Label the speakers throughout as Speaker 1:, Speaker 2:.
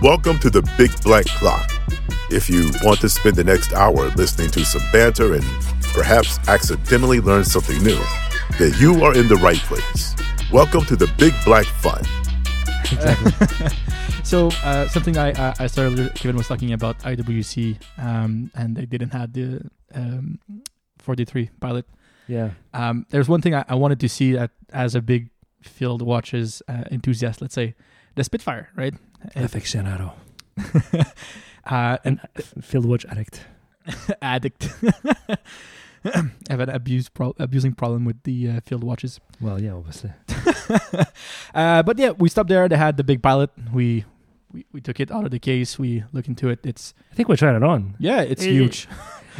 Speaker 1: Welcome to the Big Blank Clock. If you want to spend the next hour listening to some banter and perhaps accidentally learn something new, then you are in the right place. Welcome to the Big Black Fun.
Speaker 2: So uh, something I, I- I saw earlier, Kevin was talking about IWC, um, and they didn't have the um, 43 pilot.
Speaker 3: Yeah.
Speaker 2: Um, there's one thing I, I wanted to see at, as a big field watches uh, enthusiast, let's say, the Spitfire, right? It-
Speaker 3: Aficionado.
Speaker 2: uh, an
Speaker 3: Field watch addict.
Speaker 2: addict. I have an abuse pro- abusing problem with the uh, field watches.
Speaker 3: Well, yeah, obviously.
Speaker 2: uh, but yeah, we stopped there. They had the big pilot. We, we we took it out of the case. We look into it. It's
Speaker 3: I think we're trying it on.
Speaker 2: yeah, it's
Speaker 3: It-
Speaker 2: huge.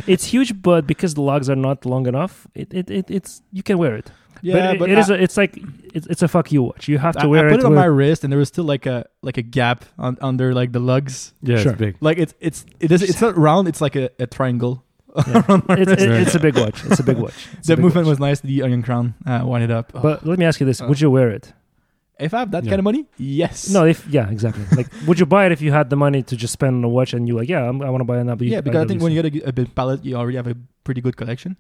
Speaker 3: It's huge, but because the logs are not long enough, it, it, it it's you can wear it.
Speaker 2: Yeah,
Speaker 3: it-
Speaker 2: but
Speaker 3: it
Speaker 2: I-
Speaker 3: is a, it's like it's, it's a fuck you watch. You have
Speaker 2: I,
Speaker 3: to
Speaker 2: I
Speaker 3: wear
Speaker 2: put it,
Speaker 3: it.
Speaker 2: on
Speaker 3: with-
Speaker 2: my wrist, and there was still like a like a gap on, under like the lugs.
Speaker 4: Yeah,
Speaker 3: Sure.
Speaker 4: it's big.
Speaker 2: Like it's it's it is it's not round. It's like a, a triangle. around my
Speaker 3: it's,
Speaker 2: wrist.
Speaker 3: it- it's a big watch. It's a big watch. It's a
Speaker 2: the
Speaker 3: big
Speaker 2: movement
Speaker 3: watch.
Speaker 2: was nice. The onion crown uh, wound it up. Oh.
Speaker 3: But let me ask you this:
Speaker 2: Uh.
Speaker 3: Would you wear it?
Speaker 2: if I have that
Speaker 4: Yeah.
Speaker 2: kind of money, yes.
Speaker 3: No, if yeah, exactly. Like, would you buy it if you had the money to just spend on a watch and you like, yeah, I'm, I want to buy an W.
Speaker 2: yeah, because I think when you get a, a big palette, you already have a pretty good collection,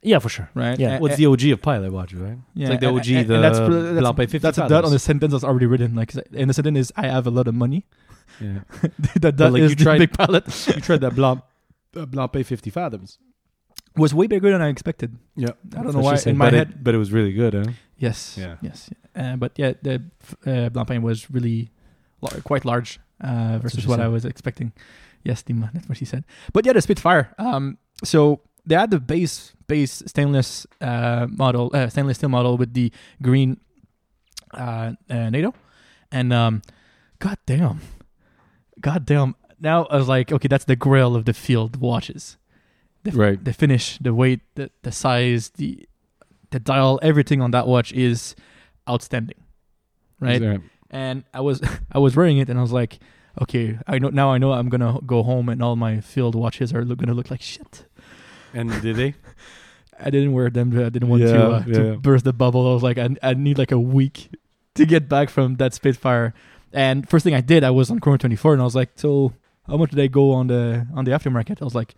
Speaker 3: yeah, for sure.
Speaker 2: right?
Speaker 3: Yeah. Eh,
Speaker 2: A-
Speaker 4: What's
Speaker 2: a-
Speaker 4: the OG of pilot watches, right?
Speaker 2: yeah,
Speaker 4: it's like the
Speaker 2: and-
Speaker 4: OG,
Speaker 2: and-
Speaker 4: the
Speaker 2: and
Speaker 4: that's,
Speaker 2: that's, pr- that's,
Speaker 4: by 50
Speaker 2: that's a dot on the sentence that's already written. Like, and the sentence is, "I have a lot of money."
Speaker 4: yeah.
Speaker 2: that
Speaker 4: But,
Speaker 2: that
Speaker 4: like,
Speaker 2: is
Speaker 4: you
Speaker 2: the
Speaker 4: tried-
Speaker 2: big palette.
Speaker 4: You tried that Blanc, uh, Blanc Pay 50 fathoms.
Speaker 2: was way bigger than I expected.
Speaker 4: Yeah.
Speaker 2: I don't know why. In my
Speaker 4: but
Speaker 2: head,
Speaker 4: It, but it was really good, huh?
Speaker 2: Yes.
Speaker 4: Yeah.
Speaker 2: Yes. Uh, but yeah, the uh, Blancpain was really lar- quite large uh, versus
Speaker 3: she
Speaker 2: what
Speaker 3: said.
Speaker 2: I was expecting. Yes, Dima, that's what she said. But yeah, the Spitfire. Um, so they had the base base stainless uh, model, uh, stainless steel model with the green uh, uh, NATO, and um, god damn, god damn. Now I was like, okay, that's the grail of the field watches. The, f-
Speaker 4: Right.
Speaker 2: The finish, the weight, the, the size, the the dial, everything on that watch is outstanding, right? And I was I was wearing it, and I was like, okay, I know now I know I'm gonna go home, and all my field watches are look, gonna look like shit.
Speaker 4: And did they?
Speaker 2: I didn't wear them. I didn't want
Speaker 4: Yeah,
Speaker 2: to, uh,
Speaker 4: yeah.
Speaker 2: to burst the bubble. I was like, I, I need like a week to get back from that Spitfire. And first thing I did, I was on Chrome 24, and I was like, so how much do they go on the on the aftermarket? I was like,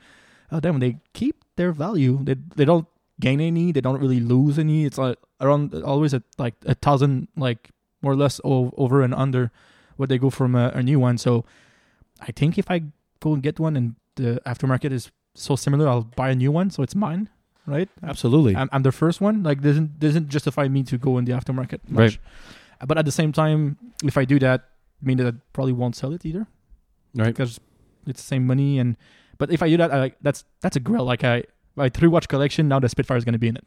Speaker 2: oh damn, they keep their value. They they don't gain any. They don't really lose any. It's like around always at like a thousand, like more or less o- over and under what they go from a, a new one. So I think if I go and get one, and the aftermarket is so similar, I'll buy a new one, so it's mine, right?
Speaker 4: Absolutely.
Speaker 2: I'm, I'm the first one. Like doesn't doesn't justify me to go in the aftermarket much. Uh,
Speaker 4: Right.
Speaker 2: But at the same time, if I do that, I mean that I probably won't sell it either
Speaker 4: right.
Speaker 2: because it's the same money. And but if I do that, I, like that's that's a grill. Like I my three watch collection now, the Spitfire is going to be in it.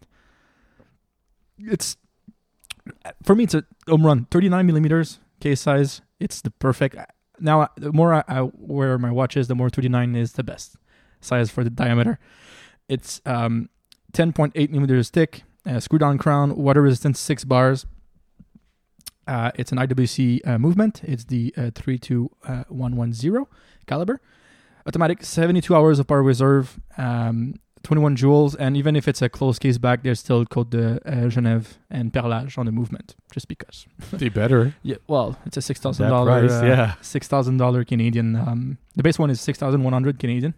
Speaker 2: It's for me, it's a home run. Thirty nine millimeters case size. It's the perfect. uh, Now the more I, I wear my watches, the more thirty nine is the best size for the diameter. It's um, 10.8 millimeters thick, uh, screw down crown, water resistance, six bars. Uh, it's an IWC uh, movement. It's the uh, 32110 caliber. Automatic, 72 hours of power reserve, um, 21 joules. And even if it's a closed case back, there's still Code de uh, Genève and Perlage on the movement, just because.
Speaker 4: They better.
Speaker 2: Yeah, well, it's a six thousand
Speaker 4: That
Speaker 2: dollar, uh,
Speaker 4: price, yeah.
Speaker 2: six thousand dollar Canadian. Um, the base one is six thousand one hundred Canadian,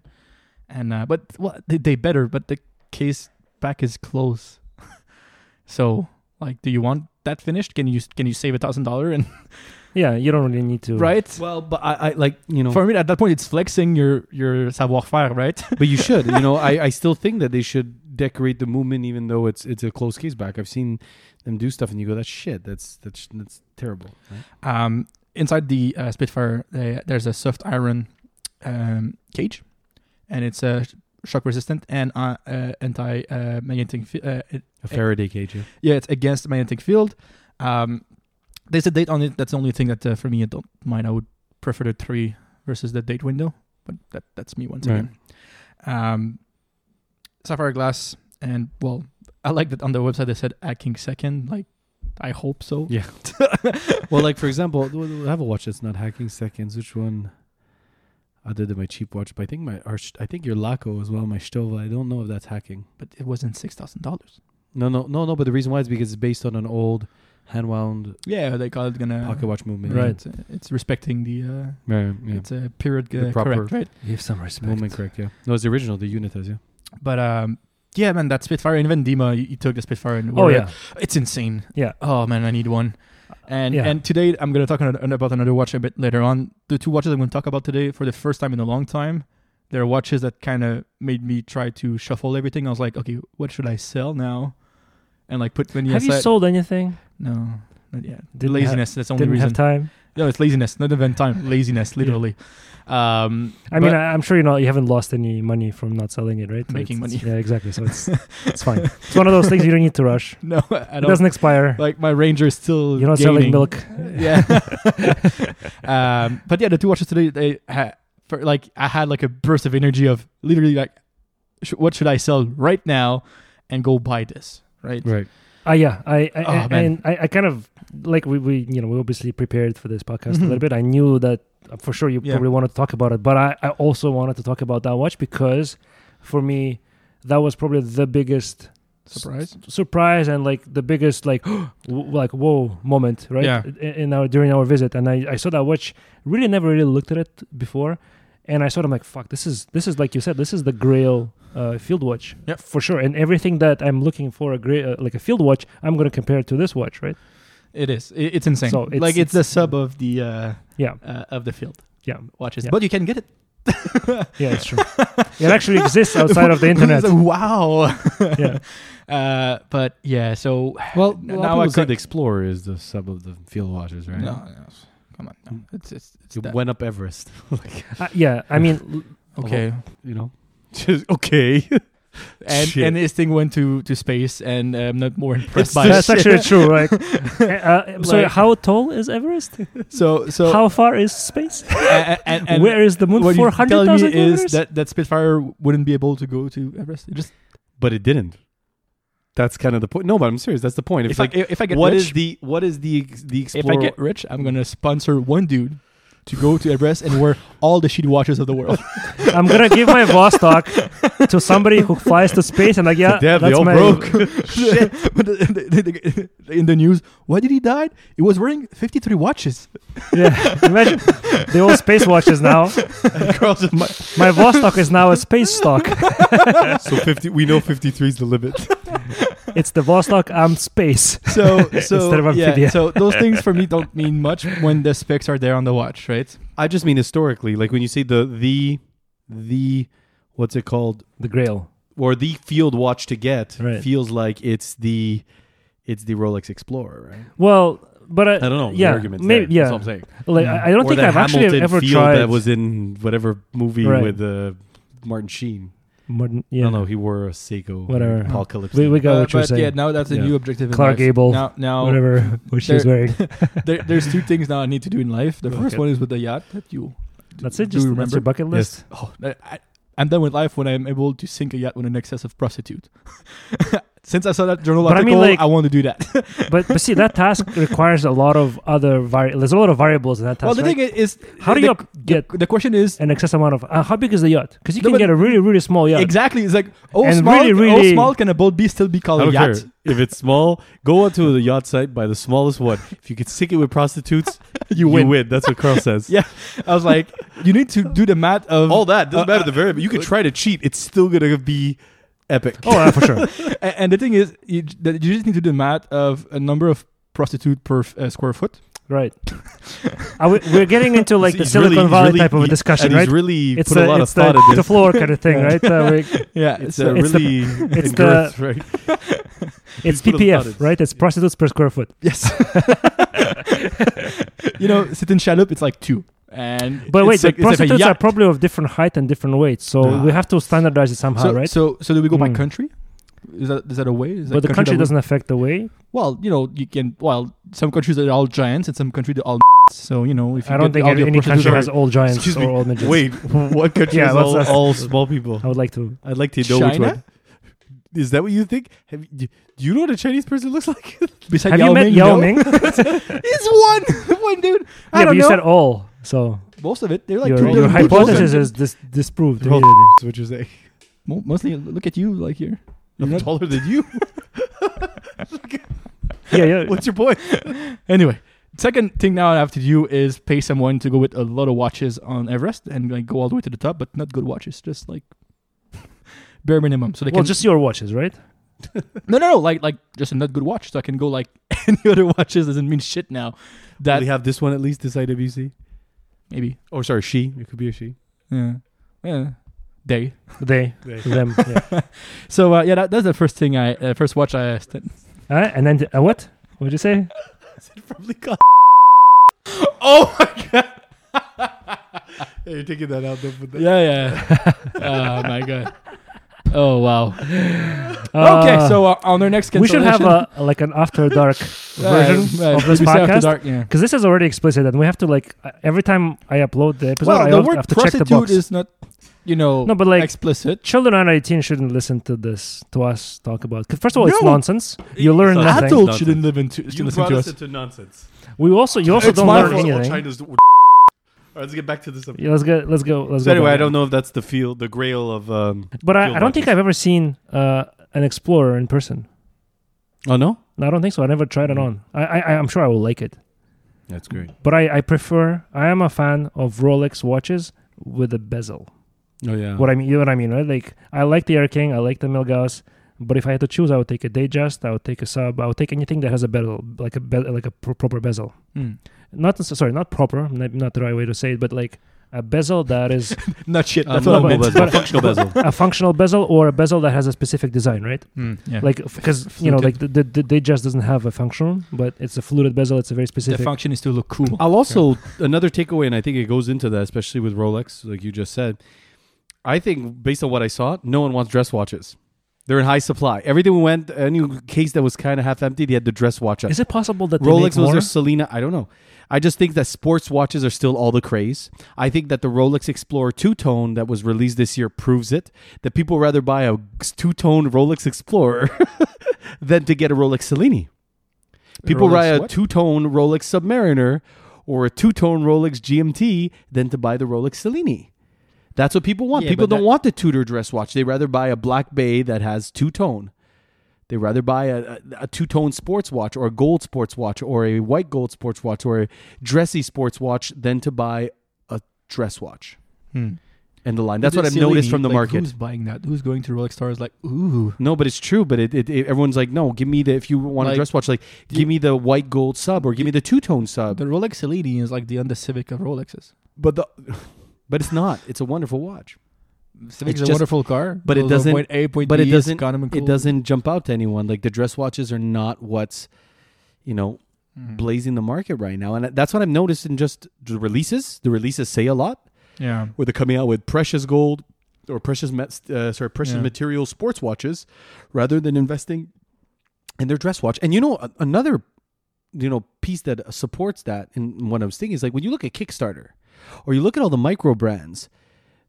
Speaker 2: and uh, but well, they, they better, but the case back is close. so, like, do you want that finished? Can you can you save a thousand dollar and
Speaker 3: Yeah, you don't really need to.
Speaker 2: right?
Speaker 4: Well, but I, I like, you know,
Speaker 2: For me, at that point, it's flexing your your savoir faire, right?
Speaker 4: but you should. You know, I, I still think that they should decorate the movement, even though it's it's a close case back. I've seen them do stuff, and you go, "That's shit. That's that's that's terrible." Right?
Speaker 2: Um, inside the uh, Spitfire, they, there's a soft iron um, cage, and it's uh, sh- shock resistant and uh, uh, anti uh, magnetic fi- uh,
Speaker 4: A Faraday cage. Yeah.
Speaker 2: yeah, it's against magnetic field. Um, there's a date on it. That's the only thing that uh, for me I don't mind. I would prefer the three versus the date window, but that that's me once
Speaker 4: Right.
Speaker 2: again. Um, sapphire glass, and well, I like that on their website they said at King Second. Like, I hope so.
Speaker 4: Yeah. well, like for example, w- w- I have a watch that's not hacking seconds. Which one? Other than my cheap watch, but I think my or sh- I think your Laco as well, my Stova. I don't know if that's hacking.
Speaker 2: But it wasn't six thousand dollars.
Speaker 4: No, no, no, no. But the reason why is because it's based on an old hand wound
Speaker 2: Yeah, they call it gonna
Speaker 4: pocket watch movement.
Speaker 2: Uh, Right, it's, it's respecting the uh,
Speaker 4: Right. Yeah.
Speaker 2: it's a period
Speaker 4: The
Speaker 2: uh,
Speaker 4: proper-
Speaker 2: correct, right?
Speaker 3: Give some respect.
Speaker 4: movement correct. Yeah. No, it's the original. The unit has yeah.
Speaker 2: But um, yeah, man, that Spitfire and even Dima, you, you took the Spitfire and
Speaker 3: Oh
Speaker 2: wore it.
Speaker 3: yeah,
Speaker 2: it's insane.
Speaker 3: Yeah.
Speaker 2: Oh man, I need one. And
Speaker 3: Yeah.
Speaker 2: and today I'm gonna talk an- about another watch a bit later on. The two watches I'm gonna talk about today for the first time in a long time, they're watches that kind of made me try to shuffle everything. I was like, okay, what should I sell now? And like put many
Speaker 3: Have you
Speaker 2: aside.
Speaker 3: sold anything?
Speaker 2: no, not yet. The
Speaker 3: Didn't
Speaker 2: laziness. that's the only
Speaker 3: Didn't
Speaker 2: reason.
Speaker 3: have time.
Speaker 2: No, it's laziness. Not even time. Laziness, literally. Um,
Speaker 3: I
Speaker 2: but-
Speaker 3: mean, I, I'm sure you know you haven't lost any money from not selling it, right? So
Speaker 2: Making
Speaker 3: it's- it's-
Speaker 2: money.
Speaker 3: Yeah, exactly. So it's it's fine. It's one of those things you don't need to rush.
Speaker 2: no, I
Speaker 3: It
Speaker 2: don't.
Speaker 3: doesn't expire.
Speaker 2: Like my Ranger is still.
Speaker 3: You're not
Speaker 2: gaining.
Speaker 3: selling milk.
Speaker 2: yeah. um, but yeah, the two watches today, they ha- for like I had like a burst of energy of literally like, sh- what should I sell right now, and go buy this, right?
Speaker 4: Right.
Speaker 3: Ah, yeah. I I,
Speaker 2: Oh,
Speaker 3: I-
Speaker 2: man.
Speaker 3: and I, I kind of like we, we you know we obviously prepared for this podcast a
Speaker 2: Mhm.
Speaker 3: little bit. I knew that uh, for sure you
Speaker 2: Yeah.
Speaker 3: probably wanted to talk about it, but I, I also wanted to talk about that watch because for me that was probably the biggest
Speaker 2: Surprise.
Speaker 3: s- surprise and like the biggest like w- like whoa moment right
Speaker 2: Yeah.
Speaker 3: in in our during our visit and I, I saw that watch really never really looked at it before and I saw it I'm like fuck this is this is like you said this is the grail uh, field watch
Speaker 2: Yep.
Speaker 3: for sure and everything that I'm looking for a grail uh, like a field watch I'm gonna compare it to this watch right
Speaker 2: It is. It, it's insane.
Speaker 3: So it's-
Speaker 2: like it's, the
Speaker 3: it's-
Speaker 2: sub of the uh,
Speaker 3: yeah
Speaker 2: uh, of the field
Speaker 3: yeah
Speaker 2: watches,
Speaker 3: Yeah.
Speaker 2: but you can get it
Speaker 3: yeah it's true it actually exists outside of the internet
Speaker 2: wow.
Speaker 3: yeah
Speaker 2: Uh, but yeah, so
Speaker 4: Well,
Speaker 2: N- now
Speaker 4: now
Speaker 2: I
Speaker 4: I said
Speaker 2: could-
Speaker 4: Explorer is the sub of the Field Watchers, right?
Speaker 2: no, no, come on, no. it's it's, it's
Speaker 4: You
Speaker 2: that-
Speaker 4: went up Everest. like,
Speaker 3: Uh, yeah I mean l-
Speaker 2: okay.
Speaker 4: you know. Just okay.
Speaker 2: And
Speaker 4: Shit.
Speaker 2: and this thing went to to space, and uh, I'm not more impressed
Speaker 4: It's
Speaker 2: by
Speaker 3: that's
Speaker 2: it.
Speaker 3: actually true right uh, uh, so
Speaker 2: Like-
Speaker 3: how tall is Everest
Speaker 2: So so
Speaker 3: how far is space
Speaker 2: and, and, and
Speaker 3: where is the moon
Speaker 2: what
Speaker 3: four
Speaker 2: you're
Speaker 3: hundred
Speaker 2: telling me
Speaker 3: thousand
Speaker 2: is that that Spitfire wouldn't be able to go to Everest. It just
Speaker 4: but it didn't. That's kind of the point. No, but I'm serious. That's the point. It's
Speaker 2: if,
Speaker 4: like,
Speaker 2: I if I get
Speaker 4: what
Speaker 2: rich,
Speaker 4: is the what is the ex- the
Speaker 2: if
Speaker 4: Explorer?
Speaker 2: I get rich, I'm gonna sponsor one dude to go to Everest and wear all the sheet watches of the world.
Speaker 3: I'm gonna give my Vostok to somebody who flies to space and like yeah,
Speaker 4: Damn, they
Speaker 3: that's
Speaker 4: all
Speaker 3: my
Speaker 4: broke.
Speaker 2: Shit! but the- the- the- the- in the news, why did he die? He was wearing 53 watches.
Speaker 3: yeah. Imagine the old space watches now.
Speaker 4: Girls of my-
Speaker 3: My Vostok is now a space stock.
Speaker 4: so fifty. We know fifty three is the limit.
Speaker 3: It's the Vostok I'm space.
Speaker 2: So so
Speaker 3: Instead of
Speaker 2: yeah,
Speaker 3: amphibia.
Speaker 2: so those things for me don't mean much when the specs are there on the watch, right?
Speaker 4: I just mean historically, like when you say the the the what's it called
Speaker 3: The Grail.
Speaker 4: or the field watch to get
Speaker 3: Right.
Speaker 4: feels like it's the it's the Rolex Explorer, right?
Speaker 3: Well, but I,
Speaker 4: I don't know. the
Speaker 3: Yeah,
Speaker 4: argument's
Speaker 3: maybe-
Speaker 4: there. That's
Speaker 3: yeah.
Speaker 4: what I'm saying.
Speaker 3: like I I don't
Speaker 4: or
Speaker 3: think
Speaker 4: that
Speaker 3: I've
Speaker 4: Hamilton
Speaker 3: actually ever
Speaker 4: field
Speaker 3: tried.
Speaker 4: that was in whatever movie
Speaker 3: Right.
Speaker 4: with uh, Martin Sheen.
Speaker 3: modern, yeah.
Speaker 4: I don't know. He wore a Seiko.
Speaker 3: Whatever.
Speaker 4: Paul Calypso.
Speaker 3: We, we got
Speaker 2: Uh,
Speaker 3: what you're
Speaker 2: but yeah,
Speaker 3: saying.
Speaker 2: now that's a
Speaker 4: Yeah.
Speaker 2: new objective. in
Speaker 3: Clark
Speaker 2: life.
Speaker 3: Gable,
Speaker 2: Now now
Speaker 3: Whatever what she's
Speaker 2: There-
Speaker 3: wearing.
Speaker 2: there, there's two things now I need to do in life. The first
Speaker 3: Okay.
Speaker 2: one is with the yacht that you. do-
Speaker 3: That's it.
Speaker 2: do
Speaker 3: Just
Speaker 2: you
Speaker 3: that's your bucket list.
Speaker 4: yes.
Speaker 2: Oh, I- I, I'm done with life when I'm able to sink a yacht with an excess of prostitute. Since I saw that journal
Speaker 3: But I mean,
Speaker 2: article, I,
Speaker 3: like-
Speaker 2: want to do that.
Speaker 3: But but see, that task requires a lot of other vari- There's a lot of variables in that task.
Speaker 2: well, the
Speaker 3: right?
Speaker 2: thing is,
Speaker 3: How do
Speaker 2: the-
Speaker 3: you get
Speaker 2: The question is
Speaker 3: an excess amount of? Uh, how big is the yacht? Because you
Speaker 2: No,
Speaker 3: can
Speaker 2: but-
Speaker 3: get a really really small yacht.
Speaker 2: exactly. It's like oh,
Speaker 3: And
Speaker 2: small,
Speaker 3: really,
Speaker 2: oh,
Speaker 3: really-
Speaker 2: small can a boat be still be
Speaker 4: I
Speaker 2: called a
Speaker 4: don't
Speaker 2: yacht?
Speaker 4: care. If it's small, go onto the yacht site by the smallest one. If you could stick it with prostitutes,
Speaker 2: You win.
Speaker 4: That's what Carl says.
Speaker 2: Yeah. I was like, you need to do the math of
Speaker 4: All that doesn't
Speaker 2: Uh,
Speaker 4: matter. The variable. You could try to cheat. It's still gonna be epic.
Speaker 3: Oh, uh, for sure.
Speaker 2: A- And, the thing is, you, j- that you just need to do the math of a number of prostitute per f- uh, square foot.
Speaker 3: Right. Are we, we're getting into like the
Speaker 4: He's really-
Speaker 3: Silicon
Speaker 4: he's
Speaker 3: Valley
Speaker 4: really-
Speaker 3: type of a
Speaker 4: he-
Speaker 3: discussion,
Speaker 4: and
Speaker 3: right?
Speaker 4: He's really
Speaker 3: it's
Speaker 4: put a,
Speaker 3: the,
Speaker 4: lot of
Speaker 3: it's
Speaker 4: thought
Speaker 3: the,
Speaker 4: into
Speaker 3: the
Speaker 4: this.
Speaker 3: floor kind of thing, right? Uh, we,
Speaker 2: Yeah,
Speaker 4: It's
Speaker 2: so-
Speaker 4: a
Speaker 3: it's the-
Speaker 4: really
Speaker 3: it's
Speaker 4: in
Speaker 3: the-
Speaker 4: girth, right?
Speaker 3: it's
Speaker 4: put a lot
Speaker 3: PPF,
Speaker 4: of-
Speaker 3: right? It's prostitutes per square foot.
Speaker 2: Yes. you know, sit in Shalup, it's like two. And
Speaker 3: But
Speaker 2: it's
Speaker 3: wait,
Speaker 2: like,
Speaker 3: the prostitutes are
Speaker 2: yacht.
Speaker 3: probably of different height and different weights, so
Speaker 2: Ah.
Speaker 3: we have to standardize it somehow,
Speaker 2: so,
Speaker 3: right?
Speaker 2: so, so do we go by
Speaker 3: Hmm.
Speaker 2: country? Is that is that a way? Is that
Speaker 3: but the country
Speaker 2: that we-
Speaker 3: doesn't affect the way.
Speaker 2: Well, you know, you can. Well, some countries are all giants, and some countries are all. So you know, if you
Speaker 3: I don't
Speaker 2: get
Speaker 3: think
Speaker 2: all the
Speaker 3: any, any country
Speaker 2: prostitutes-
Speaker 3: has all giants
Speaker 4: Excuse
Speaker 3: or
Speaker 4: me.
Speaker 3: all midgets.
Speaker 4: Wait, what country
Speaker 3: Yeah,
Speaker 4: is
Speaker 3: what's
Speaker 4: all,
Speaker 3: that?
Speaker 4: all small people?
Speaker 3: I would like to.
Speaker 4: I'd like to know which
Speaker 2: China?
Speaker 4: one. Is that what you think? Have you, do you know what a Chinese person looks like?
Speaker 2: Besides
Speaker 3: Have
Speaker 2: Yao
Speaker 3: you met
Speaker 2: Ming,
Speaker 3: Yao
Speaker 2: no.
Speaker 3: Ming? yeah,
Speaker 2: It's one, one dude. I
Speaker 3: but
Speaker 2: don't
Speaker 3: you
Speaker 2: know.
Speaker 3: said all, so
Speaker 2: Most of it, they're like
Speaker 3: your,
Speaker 2: two
Speaker 3: your
Speaker 2: billion people.
Speaker 3: hypothesis is dis- disproved.
Speaker 4: Well,
Speaker 3: immediately.
Speaker 4: That's what you're saying.
Speaker 2: Mo- mostly. Look at you, like here. You're
Speaker 4: I'm
Speaker 2: not-
Speaker 4: taller than you.
Speaker 3: yeah, yeah.
Speaker 4: What's your point?
Speaker 2: anyway, second thing now I have to do is pay someone to go with a lot of watches on Everest and like go all the way to the top, but not good watches, just like bare minimum. So they
Speaker 3: well,
Speaker 2: can
Speaker 3: just your watches, right?
Speaker 2: no, no, no, like like just a not good watch, so I can go like any other watches doesn't mean shit now. That
Speaker 4: we have this one at least. This IWC.
Speaker 2: maybe
Speaker 4: Or sorry, she. It could be a she.
Speaker 2: yeah yeah day.
Speaker 3: They, them. Yeah.
Speaker 2: So uh, yeah, that, that's the first thing I uh, first watch I. St-
Speaker 3: All right, and then th- uh, what? What'd you say?
Speaker 4: Probably got.
Speaker 2: oh my god.
Speaker 4: Hey, you're taking that out. Don't put that.
Speaker 2: Yeah, yeah. oh my god. Oh wow. okay,
Speaker 3: Uh,
Speaker 2: so uh, on their next
Speaker 3: we should have
Speaker 2: cancellation-
Speaker 3: a like an after dark version
Speaker 2: Uh,
Speaker 3: of this
Speaker 2: BBC After
Speaker 3: podcast
Speaker 2: Dark, yeah.
Speaker 3: because this is already explicit, and we have to like uh, every time I upload the episode,
Speaker 2: Well,
Speaker 3: I
Speaker 2: the
Speaker 3: have,
Speaker 2: word
Speaker 3: have to check the
Speaker 2: prostitute
Speaker 3: box.
Speaker 2: is not, you know,
Speaker 3: No, but, like,
Speaker 2: explicit.
Speaker 3: Children under eighteen shouldn't listen to this to us talk about. 'cause first of all, it's
Speaker 2: No.
Speaker 3: nonsense. You learn
Speaker 4: It's
Speaker 3: nothing.
Speaker 2: Adults
Speaker 4: Nothing.
Speaker 2: shouldn't live in to,
Speaker 4: You
Speaker 2: listen
Speaker 4: brought
Speaker 2: to
Speaker 4: us
Speaker 2: us.
Speaker 4: into nonsense.
Speaker 3: We also you also
Speaker 2: It's
Speaker 3: don't
Speaker 2: my
Speaker 3: learn
Speaker 2: fault.
Speaker 3: anything.
Speaker 4: All right, let's get back to this.
Speaker 3: Yeah, let's go. Let's go. Let's
Speaker 4: So
Speaker 3: go.
Speaker 4: anyway,
Speaker 3: back.
Speaker 4: I don't know if that's the feel, the grail of. Um,
Speaker 3: But I,
Speaker 4: Feel
Speaker 3: I don't think
Speaker 4: watches.
Speaker 3: I've ever seen uh, an explorer in person.
Speaker 4: oh no,
Speaker 3: No, I don't think so. I never tried
Speaker 4: Hmm.
Speaker 3: it on. I, I I'm sure I will like it.
Speaker 4: that's great.
Speaker 3: But I, I prefer. I am a fan of Rolex watches with a bezel.
Speaker 4: Oh yeah,
Speaker 3: What I mean, you know what I mean, right? Like I like the Air King, I like the Milgauss, but if I had to choose, I would take a Datejust, I would take a sub, I would take anything that has a bezel, like a be- like a pro- proper bezel.
Speaker 2: Mm.
Speaker 3: Not necess- sorry, not proper, not, not the right way to say it, but like a bezel that is
Speaker 2: Not shit.
Speaker 4: Uh,
Speaker 2: That's what I
Speaker 3: no,
Speaker 2: meant.
Speaker 3: but-
Speaker 4: bezel, functional bezel.
Speaker 3: a functional bezel or a bezel that has a specific design, right?
Speaker 2: Mm, yeah.
Speaker 3: Like because you know, like the, the, the Datejust doesn't have a function, but it's a fluted bezel. It's a very
Speaker 2: the
Speaker 3: specific.
Speaker 2: function is to look cool.
Speaker 4: I'll also another takeaway, and I think it goes into that, especially with Rolex, like you just said. I think based on what I saw, no one wants dress watches. They're in high supply. Everything we went, any case that was kind of half empty, they had the dress watch. Up.
Speaker 3: is it possible that
Speaker 4: Rolex
Speaker 3: they make more?
Speaker 4: was their Selena. I don't know. I just think that sports watches are still all the craze. I think that the Rolex Explorer two tone that was released this year proves it. That people rather buy a two tone Rolex Explorer than to get a Rolex Selene. People
Speaker 2: Rolex
Speaker 4: buy a
Speaker 2: what?
Speaker 4: two tone Rolex Submariner or a two tone Rolex GMT than to buy the Rolex Selene. That's what people want.
Speaker 2: Yeah,
Speaker 4: people
Speaker 2: but
Speaker 4: don't
Speaker 2: that-
Speaker 4: want the Tudor dress watch. They rather buy a Black Bay that has two tone. They rather buy a, a, a two tone sports watch or a gold sports watch or a white gold sports watch or a dressy sports watch than to buy a dress watch.
Speaker 2: Hmm.
Speaker 4: End the line. That's what
Speaker 2: It's
Speaker 4: I've
Speaker 2: silly,
Speaker 4: noticed from the
Speaker 2: like, Who's
Speaker 4: market.
Speaker 2: buying that? Who's going to Rolex stores? Like, ooh,
Speaker 4: No, but it's true. But it, it, it- everyone's like, no, give me the if you want
Speaker 2: Like,
Speaker 4: a dress watch, like
Speaker 2: you-
Speaker 4: give me the white gold sub or give me the two tone sub.
Speaker 2: the Rolex Selene is like the under Civic of Rolexes.
Speaker 4: But the but it's not. It's a wonderful watch.
Speaker 2: Civic's
Speaker 4: It's
Speaker 2: a
Speaker 4: just-
Speaker 2: wonderful car,
Speaker 4: but it
Speaker 2: Goes from
Speaker 4: doesn't-
Speaker 2: Point A, point
Speaker 4: but
Speaker 2: B,
Speaker 4: it
Speaker 2: it's
Speaker 4: doesn't-
Speaker 2: economical.
Speaker 4: It doesn't jump out to anyone. Like the dress watches are not what's you know
Speaker 2: Mm.
Speaker 4: blazing the market right now, and that's what I've noticed in just the releases. The releases say a lot.
Speaker 2: Yeah,
Speaker 4: Where they're coming out with precious gold or precious met, uh, sorry precious
Speaker 2: Yeah.
Speaker 4: material sports watches rather than investing in their dress watch. And you know a- another you know piece that supports that in what I was thinking is like when you look at Kickstarter or you look at all the micro brands,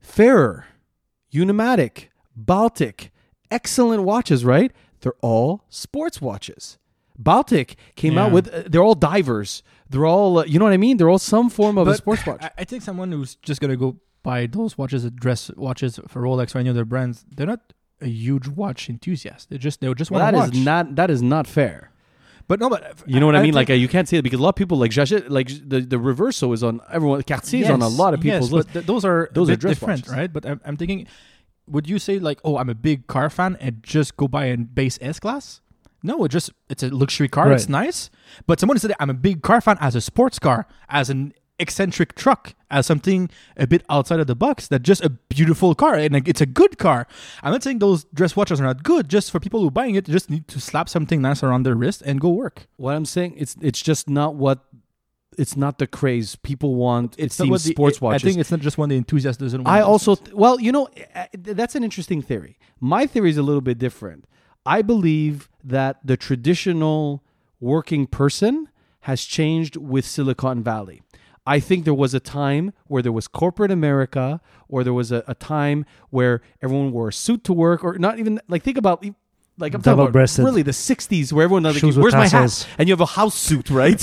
Speaker 4: Fairer, Unimatic, Baltic, excellent watches, right? They're all sports watches. Baltic came out
Speaker 2: Yeah.
Speaker 4: with uh, they're all divers. They're all uh, you know what I mean? They're all some form of
Speaker 2: But
Speaker 4: a Oh, sports watch.
Speaker 2: I, I think someone who's just gonna go buy those watches, dress watches for Rolex or any other brands, they're not a huge watch enthusiast. They just they just
Speaker 4: Well,
Speaker 2: want
Speaker 4: that
Speaker 2: to
Speaker 4: is
Speaker 2: watch.
Speaker 4: not that is not fair.
Speaker 2: but no, but
Speaker 4: You know what I, mean? Like
Speaker 2: think-
Speaker 4: uh, you can't say it because a lot of people like Jachet, like the the reverso is on everyone. Cartier is on a
Speaker 2: Yes,
Speaker 4: lot of people's
Speaker 2: yes,
Speaker 4: list.
Speaker 2: But th- those are
Speaker 4: Those
Speaker 2: those
Speaker 4: are
Speaker 2: are
Speaker 4: dress
Speaker 2: different,
Speaker 4: watches.
Speaker 2: right? But I'm, I'm thinking, would you say like, oh, I'm a big car fan and just go buy a base S class? No, it just it's a luxury car. It's nice, but someone said I'm a big car fan as a sports car, as an eccentric truck, as something a bit outside of the box. That just a beautiful car and like, it's a good car. I'm not saying those dress watches are not good. Just for people who are buying it, just need to slap something nice around their wrist and go work.
Speaker 4: What I'm saying, it's it's just not what it's not the craze people want. It
Speaker 2: It's not
Speaker 4: seems
Speaker 2: what the-
Speaker 4: sports
Speaker 2: I
Speaker 4: watches.
Speaker 2: think it's not just one the enthusiast doesn't. want
Speaker 4: I
Speaker 2: those
Speaker 4: also
Speaker 2: things.
Speaker 4: th- well, you know, uh, th- that's an interesting theory. My theory is a little bit different. I believe that the traditional working person has changed with Silicon Valley. I think there was a time where there was corporate America, or there was a, a time where everyone wore a suit to work, or not even like think about e, like I'm talking about
Speaker 3: Double-breasted.
Speaker 4: really the '60s where everyone like,
Speaker 3: Shoes with
Speaker 4: where's my hat?
Speaker 3: tassels.
Speaker 4: and you have a house suit, right?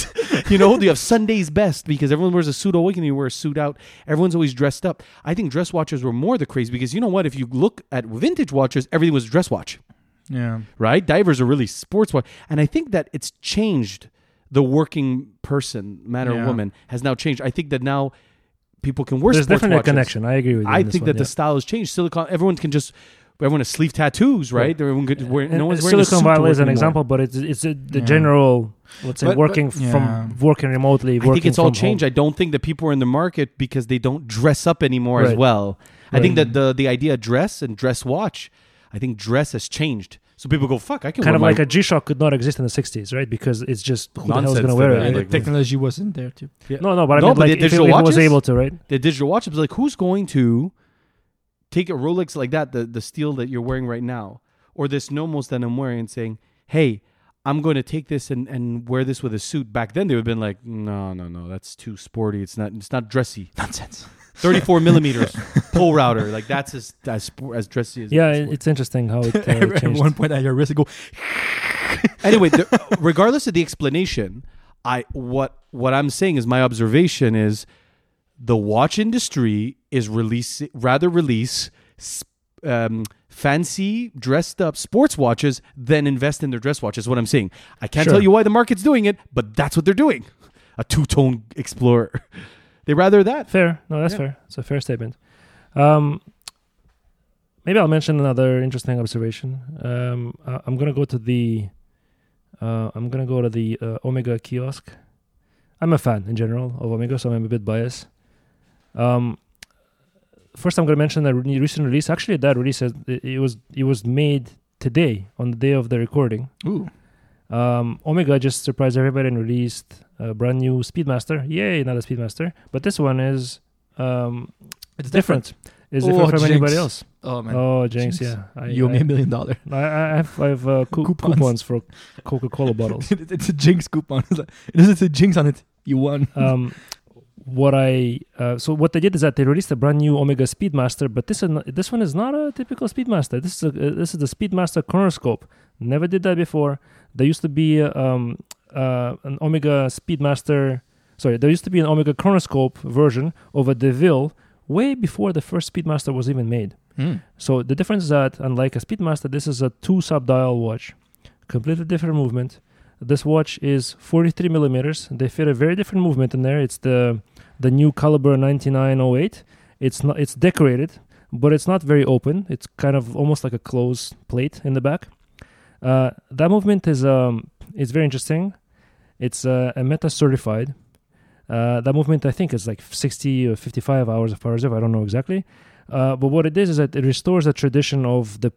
Speaker 4: you know, you have Sunday's best because everyone wears a suit all week and you wear a suit out. Everyone's always dressed up. I think dress watchers were more the craze because you know what? If you look at vintage watchers, everything was a dress watch.
Speaker 2: Yeah.
Speaker 4: right? Divers are really sports watch, and I think that it's changed. The working person, man or
Speaker 2: Yeah.
Speaker 4: woman, has now changed. I think that now people can wear
Speaker 3: There's
Speaker 4: sports
Speaker 3: definitely a
Speaker 4: watches.
Speaker 3: connection. I agree with you.
Speaker 4: I
Speaker 3: on this
Speaker 4: think
Speaker 3: one,
Speaker 4: that the style has changed. Silicon, everyone can just everyone has sleeve tattoos, right? Everyone could wear,
Speaker 3: And
Speaker 4: no one's wearing a
Speaker 3: Silicon
Speaker 4: suit to
Speaker 3: Valley
Speaker 4: work
Speaker 3: is an
Speaker 4: anymore.
Speaker 3: example, but it's it's a, the
Speaker 2: Yeah.
Speaker 3: general let's say
Speaker 4: But- but-
Speaker 3: working
Speaker 2: Yeah.
Speaker 3: from working remotely.
Speaker 4: I
Speaker 3: Working
Speaker 4: think it's all
Speaker 3: from
Speaker 4: changed.
Speaker 3: Home.
Speaker 4: I don't think that people are in the market because they don't dress up anymore as
Speaker 3: Right.
Speaker 4: well. I think
Speaker 2: Right.
Speaker 4: that the the idea of dress and dress watch, I think dress has changed. So people go, fuck, I can
Speaker 3: Kind
Speaker 4: wear
Speaker 3: of
Speaker 4: my-
Speaker 3: like a G-Shock could not exist in the '60s, right? Because it's just who the hell's
Speaker 4: Nonsense
Speaker 3: going to
Speaker 4: to
Speaker 3: wear
Speaker 4: them,
Speaker 3: it?
Speaker 4: like-
Speaker 2: technology wasn't there too.
Speaker 3: No, no, but I
Speaker 4: No,
Speaker 3: mean,
Speaker 4: but
Speaker 3: like
Speaker 4: the
Speaker 3: if, it,
Speaker 4: digital
Speaker 3: if it was
Speaker 4: watches?
Speaker 3: able to, right?
Speaker 4: the digital watch. It's like who's going to take a Rolex like that, the the steel that you're wearing right now, or this Nomos that I'm wearing, and saying, hey. I'm going to take this and, and wear this with a suit. Back then, they would have been like, no, no, no, that's too sporty. It's not, it's not dressy.
Speaker 2: Nonsense.
Speaker 4: 34 millimeters pole router, like that's as as, spor- as dressy as.
Speaker 3: Yeah,
Speaker 4: as
Speaker 3: it- it's interesting how it uh,
Speaker 2: At
Speaker 3: changed.
Speaker 2: one point, at your wrist, go.
Speaker 4: anyway, the, regardless of the explanation, I what what I'm saying is my observation is the watch industry is release rather release sp- um, fancy dressed up sports watches than invest in their dress watches. What I'm saying, I can't
Speaker 3: Sure.
Speaker 4: tell you why the market's doing it, but that's what they're doing. A two tone Explorer. They rather that.
Speaker 3: Fair. No, that's
Speaker 4: Yeah.
Speaker 3: fair. It's a fair statement. Um, maybe I'll mention another interesting observation. Um, I- I'm gonna go to the, uh, I'm gonna go to the uh, Omega kiosk. I'm a fan in general of Omega, so I'm a bit biased. Um, first, I'm gonna mention a re- recent release. Actually, that release is- it it was it was made today on the day of the recording.
Speaker 2: Ooh.
Speaker 3: Um, Omega just surprised everybody and released a brand new Speedmaster. Yay, not a Speedmaster, but this one is um,
Speaker 2: It's different.
Speaker 3: different. It's
Speaker 2: Oh,
Speaker 3: different from anybody
Speaker 2: jinx.
Speaker 3: else.
Speaker 2: Oh man.
Speaker 3: oh, Jinx,
Speaker 2: Jinx.
Speaker 3: yeah. I,
Speaker 2: you owe
Speaker 3: I,
Speaker 2: me a million dollars.
Speaker 3: I, I have, I have uh, cou-
Speaker 2: Coupons.
Speaker 3: coupons. for Coca-Cola bottles.
Speaker 2: it's a jinx coupon. It's like, it doesn't say jinx on it. You won.
Speaker 3: Um, what I uh, so what they did is that they released a brand new Omega Speedmaster, but this is not, this one is not a typical Speedmaster. This is a, uh, this is the Speedmaster Cornerscope. Never did that before. There used to be uh, um, uh, an Omega Speedmaster. Sorry, there used to be an Omega Chronoscope version of a DeVille way before the first Speedmaster was even made. So the difference is that, unlike a Speedmaster, this is a two sub-dial watch, completely different movement. This watch is 43 millimeters. They fit a very different movement in there. It's the the new caliber 9908. It's not. It's decorated, but it's not very open. It's kind of almost like a closed plate in the back. Uh, that movement is um is very interesting. It's uh, a meta certified. Uh, that movement I think is like 60 or 55 hours of power reserve. I don't know exactly. Uh, but what it is is that it restores the tradition of the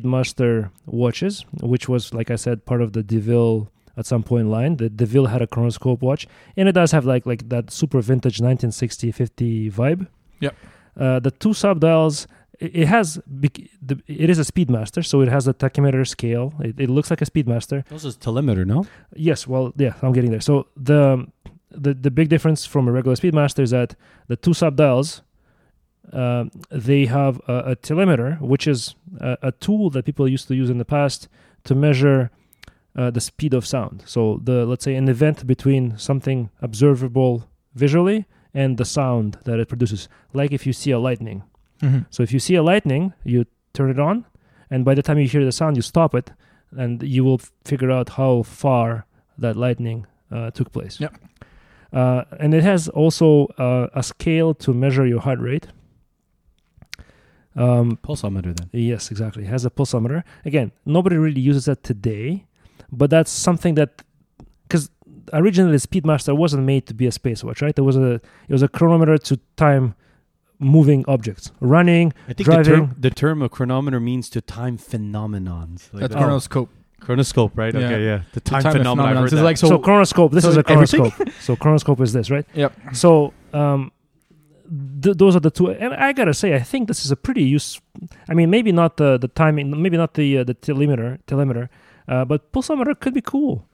Speaker 3: pre-Speedmaster watches, which was, like I said, part of the Deville at some point line. The Deville had a chronoscope watch, and it does have like like that super vintage 1960 50 vibe.
Speaker 2: Yep.
Speaker 3: Uh, the two sub dials. i- It has, bec- the- it is a Speedmaster, so it has a tachymeter scale. It, it looks like a Speedmaster,
Speaker 4: Also, it's telemeter, no?
Speaker 3: Yes, well, yeah, I'm getting there. So the the the big difference from a regular Speedmaster is that the two sub dials, um, they have a, a telemeter, which is a, a tool that people used to use in the past to measure uh, the speed of sound. So the let's say an event between something observable visually and the sound that it produces, like if you see a lightning.
Speaker 2: Mm-hmm.
Speaker 3: So if you see a lightning, you turn it on, and by the time you hear the sound, you stop it, and you will f- figure out how far that lightning uh, took place.
Speaker 2: Yep.
Speaker 3: Uh, and it has also uh, a scale to measure your heart rate. Um,
Speaker 4: Pulsometer, then.
Speaker 3: yes, exactly. It has a pulsometer. Again, nobody really uses that today, but that's something that because originally Speedmaster wasn't made to be a space watch, right? There was a it was a chronometer to time moving objects, running,
Speaker 4: I think the
Speaker 3: Driving.
Speaker 4: term, the term of chronometer means to time phenomenons. Like
Speaker 2: That's
Speaker 4: that.
Speaker 2: chronoscope.
Speaker 4: Chronoscope, right?
Speaker 2: Yeah.
Speaker 4: Okay, yeah. The time,
Speaker 2: oh, Time
Speaker 4: phenomenon.
Speaker 2: phenomenon.
Speaker 4: I've heard
Speaker 2: It's
Speaker 4: that.
Speaker 2: like
Speaker 3: so,
Speaker 2: so.
Speaker 3: chronoscope. This
Speaker 2: so
Speaker 3: is a
Speaker 2: everything?
Speaker 3: chronoscope. so chronoscope is this, right?
Speaker 2: Yep.
Speaker 3: So um, th- those are the two. And I gotta say, I think this is a pretty use. I mean, maybe not the the timing, maybe not the uh, the telemeter, telemeter, uh, but pulsometer could be cool.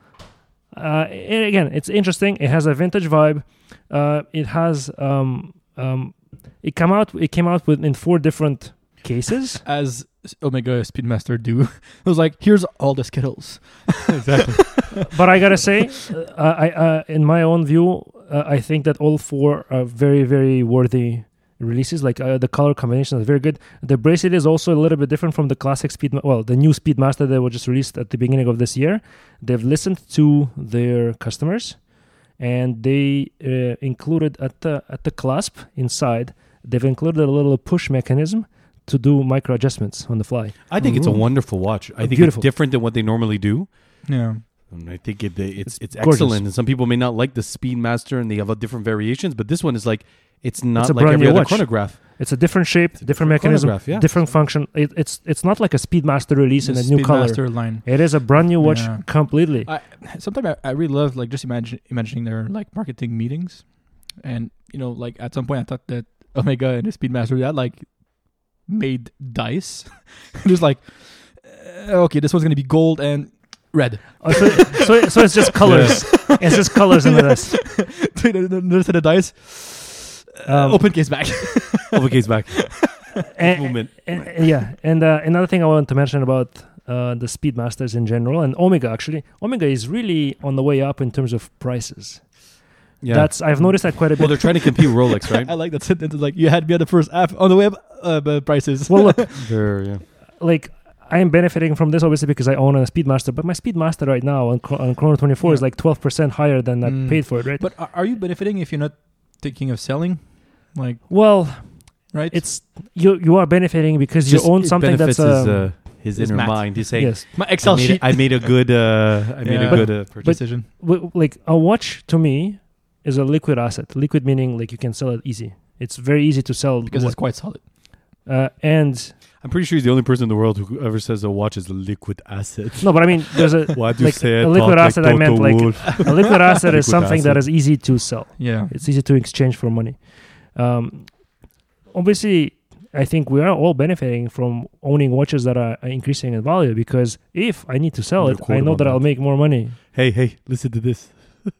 Speaker 3: Uh, and again, it's interesting. It has a vintage vibe. Uh, it has um, um, it come out. It came out with in four different cases.
Speaker 2: As Omega Speedmaster do, it was like here's all the skittles.
Speaker 4: exactly.
Speaker 3: but I gotta say, uh, I uh, in my own view, uh, I think that all four are very, very worthy releases. Like uh, the color combination is very good. The bracelet is also a little bit different from the classic Speed, well, the new Speedmaster that was just released at the beginning of this year. They've listened to their customers, and they uh, included at the at the clasp inside. They've included a little push mechanism to do micro adjustments on the fly.
Speaker 4: I think it's a
Speaker 3: Ooh.
Speaker 4: wonderful watch. I think
Speaker 3: Mm-hmm. Beautiful.
Speaker 4: it's different than what they normally do.
Speaker 2: Yeah.
Speaker 4: And I think it, it's
Speaker 3: It's
Speaker 4: it's,
Speaker 3: gorgeous.
Speaker 4: excellent. And some people may not like the Speedmaster, and they have a different variations. But this one is like it's not
Speaker 3: a
Speaker 4: like
Speaker 3: brand
Speaker 4: every
Speaker 3: new
Speaker 4: other
Speaker 3: watch.
Speaker 4: chronograph.
Speaker 3: It's a different shape,
Speaker 4: a
Speaker 3: different
Speaker 4: different
Speaker 3: mechanism,
Speaker 4: chronograph, yeah.
Speaker 3: different function. It, it's it's not like a Speedmaster release in a new color.
Speaker 2: Speedmaster line.
Speaker 3: It is a brand new watch
Speaker 2: Yeah.
Speaker 3: completely.
Speaker 2: I, sometimes I, I really love like just imagine imagining their like marketing meetings, and you know like at some point I thought that Omega and the Speedmaster that like made dice. it was like uh, okay, this one's gonna be gold and red.
Speaker 3: Oh, so, so, so it's just colors. It's just colors in this.
Speaker 2: Notice the dice. Uh,
Speaker 3: Um,
Speaker 2: open case back.
Speaker 3: Oh,
Speaker 4: Over case back
Speaker 3: And,
Speaker 4: movement.
Speaker 3: and- and- yeah, and uh, another thing I want to mention about uh, the Speedmasters in general and Omega actually, Omega is really on the way up in terms of prices.
Speaker 4: Yeah.
Speaker 3: That's I've noticed that quite a
Speaker 4: well,
Speaker 3: bit.
Speaker 4: they're trying to compete with Rolex,
Speaker 2: I
Speaker 4: right?
Speaker 2: like that sentence. It's like you had me at the first app on the web uh, but prices.
Speaker 3: well, look,
Speaker 4: They're, yeah.
Speaker 3: like I am benefiting from this obviously because I own a Speedmaster, but my Speedmaster right now on, Chro- on Chrono 24 is
Speaker 2: Yeah.
Speaker 3: like 12% higher than
Speaker 2: Mm.
Speaker 3: I paid for it, right?
Speaker 2: but are, are you benefiting if you're not thinking of selling? Like
Speaker 3: well,
Speaker 2: right?
Speaker 3: it's you you are benefiting because
Speaker 4: Just
Speaker 3: you own
Speaker 4: it
Speaker 3: something that's um,
Speaker 4: benefits his, uh, his
Speaker 2: his
Speaker 4: inner
Speaker 2: math.
Speaker 4: mind. He's saying,
Speaker 3: yes.
Speaker 2: my
Speaker 4: I
Speaker 2: Excel
Speaker 4: made,
Speaker 2: sheet
Speaker 4: I made a good, uh, I made
Speaker 2: Yeah.
Speaker 4: a good uh, purchase.
Speaker 2: decision.
Speaker 3: w- like a watch to me is a liquid asset. Liquid meaning like you can sell it easy. It's very easy to sell
Speaker 2: because
Speaker 3: wa-
Speaker 2: it's quite solid.
Speaker 3: uh, and
Speaker 4: I'm pretty sure he's the only person in the world who ever says a watch is a liquid asset.
Speaker 3: no, but I mean, there's a
Speaker 4: Why do
Speaker 3: Like,
Speaker 4: you say
Speaker 3: a
Speaker 4: it?
Speaker 3: liquid
Speaker 4: Talk
Speaker 3: asset, I
Speaker 4: Toto
Speaker 3: meant, like,
Speaker 4: Wolff.
Speaker 3: a liquid asset
Speaker 4: Liquid
Speaker 3: is something
Speaker 4: asset.
Speaker 3: that is easy to sell.
Speaker 2: Yeah.
Speaker 3: It's easy to exchange for money. Um, obviously, I think we are all benefiting from owning watches that are increasing in value because if I need to sell
Speaker 4: You're
Speaker 3: it, I
Speaker 4: quoted
Speaker 3: know
Speaker 4: on
Speaker 3: that
Speaker 4: that.
Speaker 3: I'll make more money.
Speaker 4: Hey, hey, listen to this.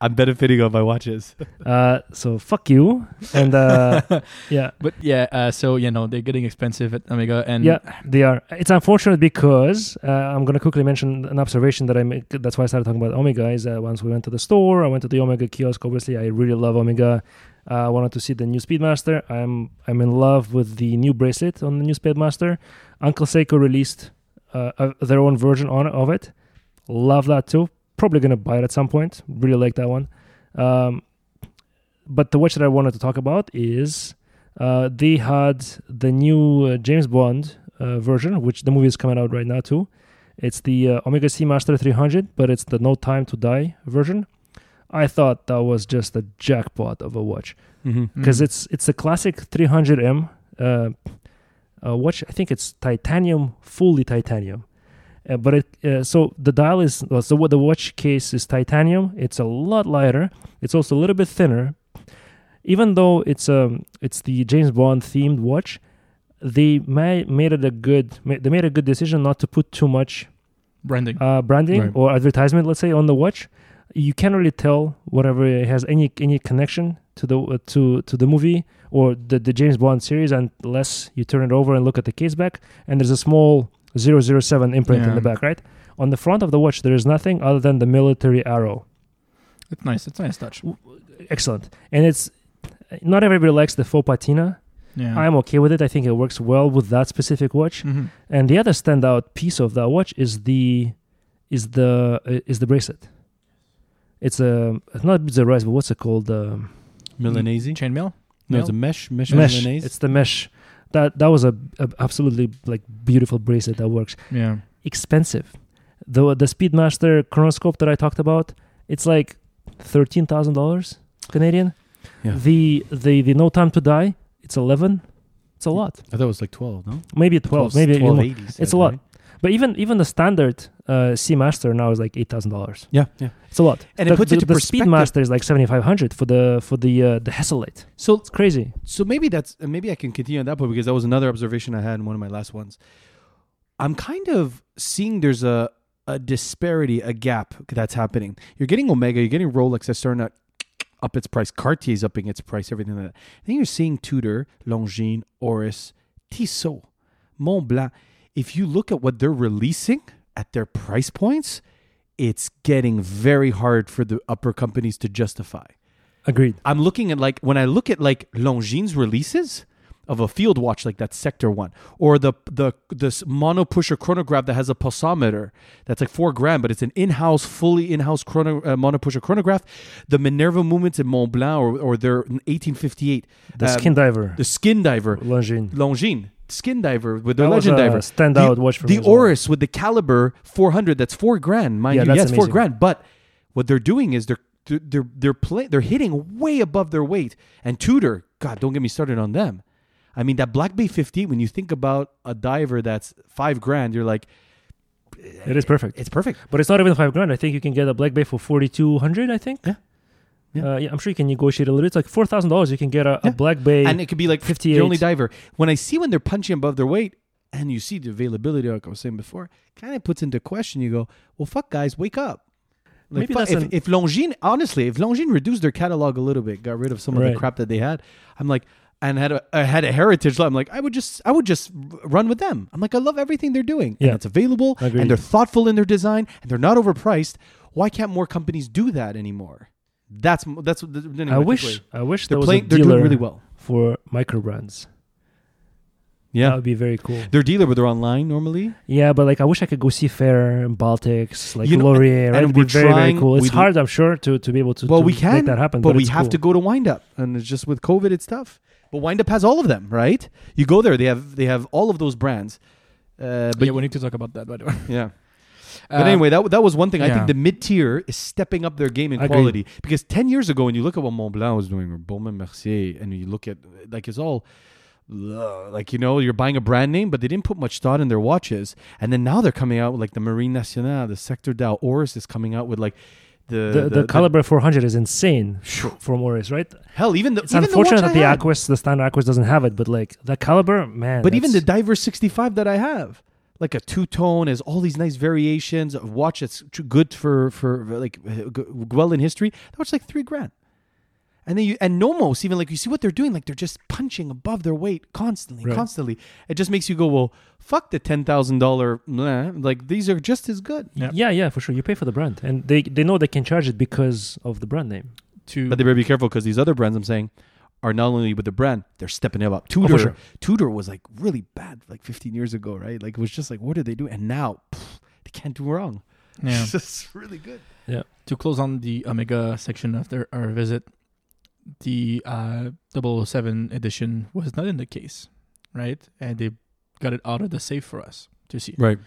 Speaker 4: I'm benefiting on my watches.
Speaker 3: Uh, so fuck you. And uh, yeah,
Speaker 2: But yeah, uh, so you know they're getting expensive at Omega, and
Speaker 3: yeah, they are. It's unfortunate because uh, I'm going to quickly mention an observation that I make. That's why I started talking about Omega. Is uh, once we went to the store, I went to the Omega kiosk. Obviously, I really love Omega. Uh, I wanted to see the new Speedmaster. I'm I'm in love with the new bracelet on the new Speedmaster. Uncle Seiko released uh, uh, their own version on of it. Love that too. Probably going to buy it at some point. Really like that one. Um, but the watch that I wanted to talk about is uh, they had the new uh, James Bond uh, version, which the movie is coming out right now too. It's the uh, Omega Seamaster 300, but it's the No Time to Die version. I thought that was just a jackpot of a watch
Speaker 4: Mm-hmm.
Speaker 3: because
Speaker 2: mm,
Speaker 3: it's it's a classic 300M uh, uh, watch. I think it's titanium, fully titanium. Uh, but it uh, so the dial is well, so what the watch case is titanium. It's a lot lighter. It's also a little bit thinner. Even though it's um it's the James Bond themed watch, they ma- made it a good ma- they made a good decision not to put too much
Speaker 2: branding.
Speaker 3: uh, branding
Speaker 4: Right.
Speaker 3: or advertisement, let's say, on the watch, you can't really tell whatever it has any any connection to the uh, to to the movie or the, the James Bond series unless you turn it over and look at the case back and there's a small 007 imprint in
Speaker 2: Yeah.
Speaker 3: the back, right? On the front of the watch, there is nothing other than the military arrow.
Speaker 2: it's nice. It's a nice touch.
Speaker 3: Excellent, and it's not everybody likes the faux patina.
Speaker 2: Yeah.
Speaker 3: I'm okay with it. I think it works well with that specific watch.
Speaker 2: Mhm.
Speaker 3: And the other standout piece of that watch is the is the uh, is the bracelet. It's a it's not the rise, but what's it called? Um,
Speaker 4: Milanese?
Speaker 2: Chainmail.
Speaker 4: Mm-hmm. No, it's a mesh. Mesh,
Speaker 3: mesh.
Speaker 4: Milanese.
Speaker 3: It's the mesh. That that was a, a absolutely like beautiful bracelet that works.
Speaker 2: Yeah.
Speaker 3: Expensive. The the Speedmaster chronoscope that I talked about, it's like thirteen thousand dollars Canadian.
Speaker 4: Yeah.
Speaker 3: The the the No Time to Die, it's eleven. It's a lot.
Speaker 4: I thought it was like 12, no?
Speaker 3: Maybe twelve. maybe even more.
Speaker 4: 1280.
Speaker 3: It's a lot. But even even the standard uh, C Master now is like eight thousand dollars.
Speaker 4: Yeah, yeah.
Speaker 3: It's a lot.
Speaker 4: And
Speaker 3: the,
Speaker 4: it puts
Speaker 3: the,
Speaker 4: it to
Speaker 3: the
Speaker 4: perspective.
Speaker 3: Speedmaster is like seventy five hundred for the for the uh, the Hasselite.
Speaker 4: So
Speaker 3: It's crazy.
Speaker 4: so maybe that's uh, maybe I can continue on that point because that was another observation I had in one of my last ones. I'm kind of seeing there's a a disparity, a gap that's happening. You're getting Omega, you're getting Rolex that's starting to up its price. Cartier's upping its price, everything like that. Then you're seeing Tudor, Longines, Oris, Tissot, Montblanc. If you look at what they're releasing at their price points, it's getting very hard for the upper companies to justify.
Speaker 3: Agreed.
Speaker 4: I'm looking at like when I look at like Longines releases of a field watch like that sector one or the the this mono pusher chronograph that has a pulsometer that's like four grand but it's an in-house fully in-house chrono, uh, mono pusher chronograph the minerva movements in mont blanc or, or their 1858
Speaker 3: The
Speaker 4: um,
Speaker 3: skin diver.
Speaker 4: the skin diver
Speaker 3: Longines.
Speaker 4: longines skin diver with the
Speaker 3: That was
Speaker 4: legend
Speaker 3: a
Speaker 4: diver
Speaker 3: standout
Speaker 4: the,
Speaker 3: watch for me
Speaker 4: the
Speaker 3: as well.
Speaker 4: Oris with the caliber 400 that's four grand mind
Speaker 3: Yeah,
Speaker 4: you
Speaker 3: that's
Speaker 4: yes four
Speaker 3: amazing.
Speaker 4: grand but what they're doing is they're they're they're they're, play, they're hitting way above their weight and Tudor god don't get me started on them I mean that Black Bay 50 when you think about a diver that's five grand you're like
Speaker 3: It is perfect.
Speaker 4: it's perfect
Speaker 3: But it's not even five grand. I think you can get a Black Bay for forty two hundred. I think.
Speaker 4: Yeah. Yeah.
Speaker 3: Uh, yeah, I'm sure you can negotiate a little. It's like four thousand dollars. You can get a,
Speaker 4: Yeah.
Speaker 3: a Black Bay.
Speaker 4: and it could be like 58
Speaker 3: 58.
Speaker 4: the only diver when I see when they're punching above their weight and you see the availability like I was saying before kind of puts into question you go well fuck guys wake up Like,
Speaker 3: Maybe
Speaker 4: fu-
Speaker 3: that's
Speaker 4: if,
Speaker 3: an-
Speaker 4: if Longines honestly if Longines reduced their catalog a little bit got rid of some of
Speaker 3: Right.
Speaker 4: the crap that they had I'm like and had a I had a heritage line, I'm like I would just I would just r- run with them I'm like I love everything they're doing
Speaker 3: Yeah.
Speaker 4: and it's available
Speaker 3: Agreed.
Speaker 4: and they're thoughtful in their design and they're not overpriced why can't more companies do that anymore that's m- that's what anyway,
Speaker 3: I wish.
Speaker 4: takeaway.
Speaker 3: I wish
Speaker 4: they're
Speaker 3: there was
Speaker 4: playing
Speaker 3: a
Speaker 4: they're
Speaker 3: dealer
Speaker 4: doing really well
Speaker 3: for micro brands.
Speaker 4: yeah
Speaker 3: That would be very cool.
Speaker 4: They're dealer, but they're online normally.
Speaker 3: Yeah, but like I wish I could go see Fair and Baltics, like
Speaker 4: You know,
Speaker 3: Laurier.
Speaker 4: and
Speaker 3: right? It'd be
Speaker 4: we're
Speaker 3: very
Speaker 4: trying-
Speaker 3: very cool. It's
Speaker 4: we do-
Speaker 3: hard, I'm sure, to, to be able to,
Speaker 4: well,
Speaker 3: to
Speaker 4: we can
Speaker 3: make that happen.
Speaker 4: but,
Speaker 3: But,
Speaker 4: we have to go to Wind Up, and it's just with COVID, it's tough. But Wind Up has all of them, right? You go there, they have they have all of those brands. Uh, but
Speaker 2: yeah, we need to talk about that. By the way.
Speaker 4: yeah. But anyway, that, that was one thing. I
Speaker 2: yeah.
Speaker 4: think the mid tier is stepping up their game in
Speaker 3: Agreed.
Speaker 4: quality because ten years ago, when you look at what Montblanc was doing or Bowman Mercier, and you look at like it's all ugh, like you know you're buying a brand name, but they didn't put much thought in their watches. And then now they're coming out with like the Marine Nationale, the Sector Dow, Oris is coming out with like uh, the
Speaker 3: The, the, Caliber 400 is insane from Oris, right?
Speaker 4: hell even the
Speaker 3: It's
Speaker 4: even the
Speaker 3: unfortunate
Speaker 4: watch I
Speaker 3: that the
Speaker 4: had.
Speaker 3: Aquas, the standard Aquas, doesn't have it, but like the Caliber, man.
Speaker 4: But even the
Speaker 3: that's-
Speaker 4: Diver 65 that I have, like a two tone, has all these nice variations. A watch that's tr- good for for like uh, g- well in history. That was like three grand. And then you and Nomos even like you see what they're doing like they're just punching above their weight constantly,
Speaker 3: Right.
Speaker 4: constantly. It just makes you go, well, fuck the ten thousand dollar. Like these are just as good,
Speaker 2: Yeah.
Speaker 3: yeah, yeah, for sure. You pay for the brand, and they they know they can charge it because of the brand name.
Speaker 2: Uh, to
Speaker 4: but they better be careful because these other brands I'm saying are not only with the brand they're stepping it up. Tudor,
Speaker 3: Oh, sure.
Speaker 4: Tudor was like really bad like 15 years ago, right? Like it was just like what are they doing? And now pff, they can't do wrong.
Speaker 2: yeah.
Speaker 4: It's really good.
Speaker 2: to close on the Omega section after our visit, the uh, 007 edition was not in the case, right? And they got it out of the safe for us to see.
Speaker 4: Right.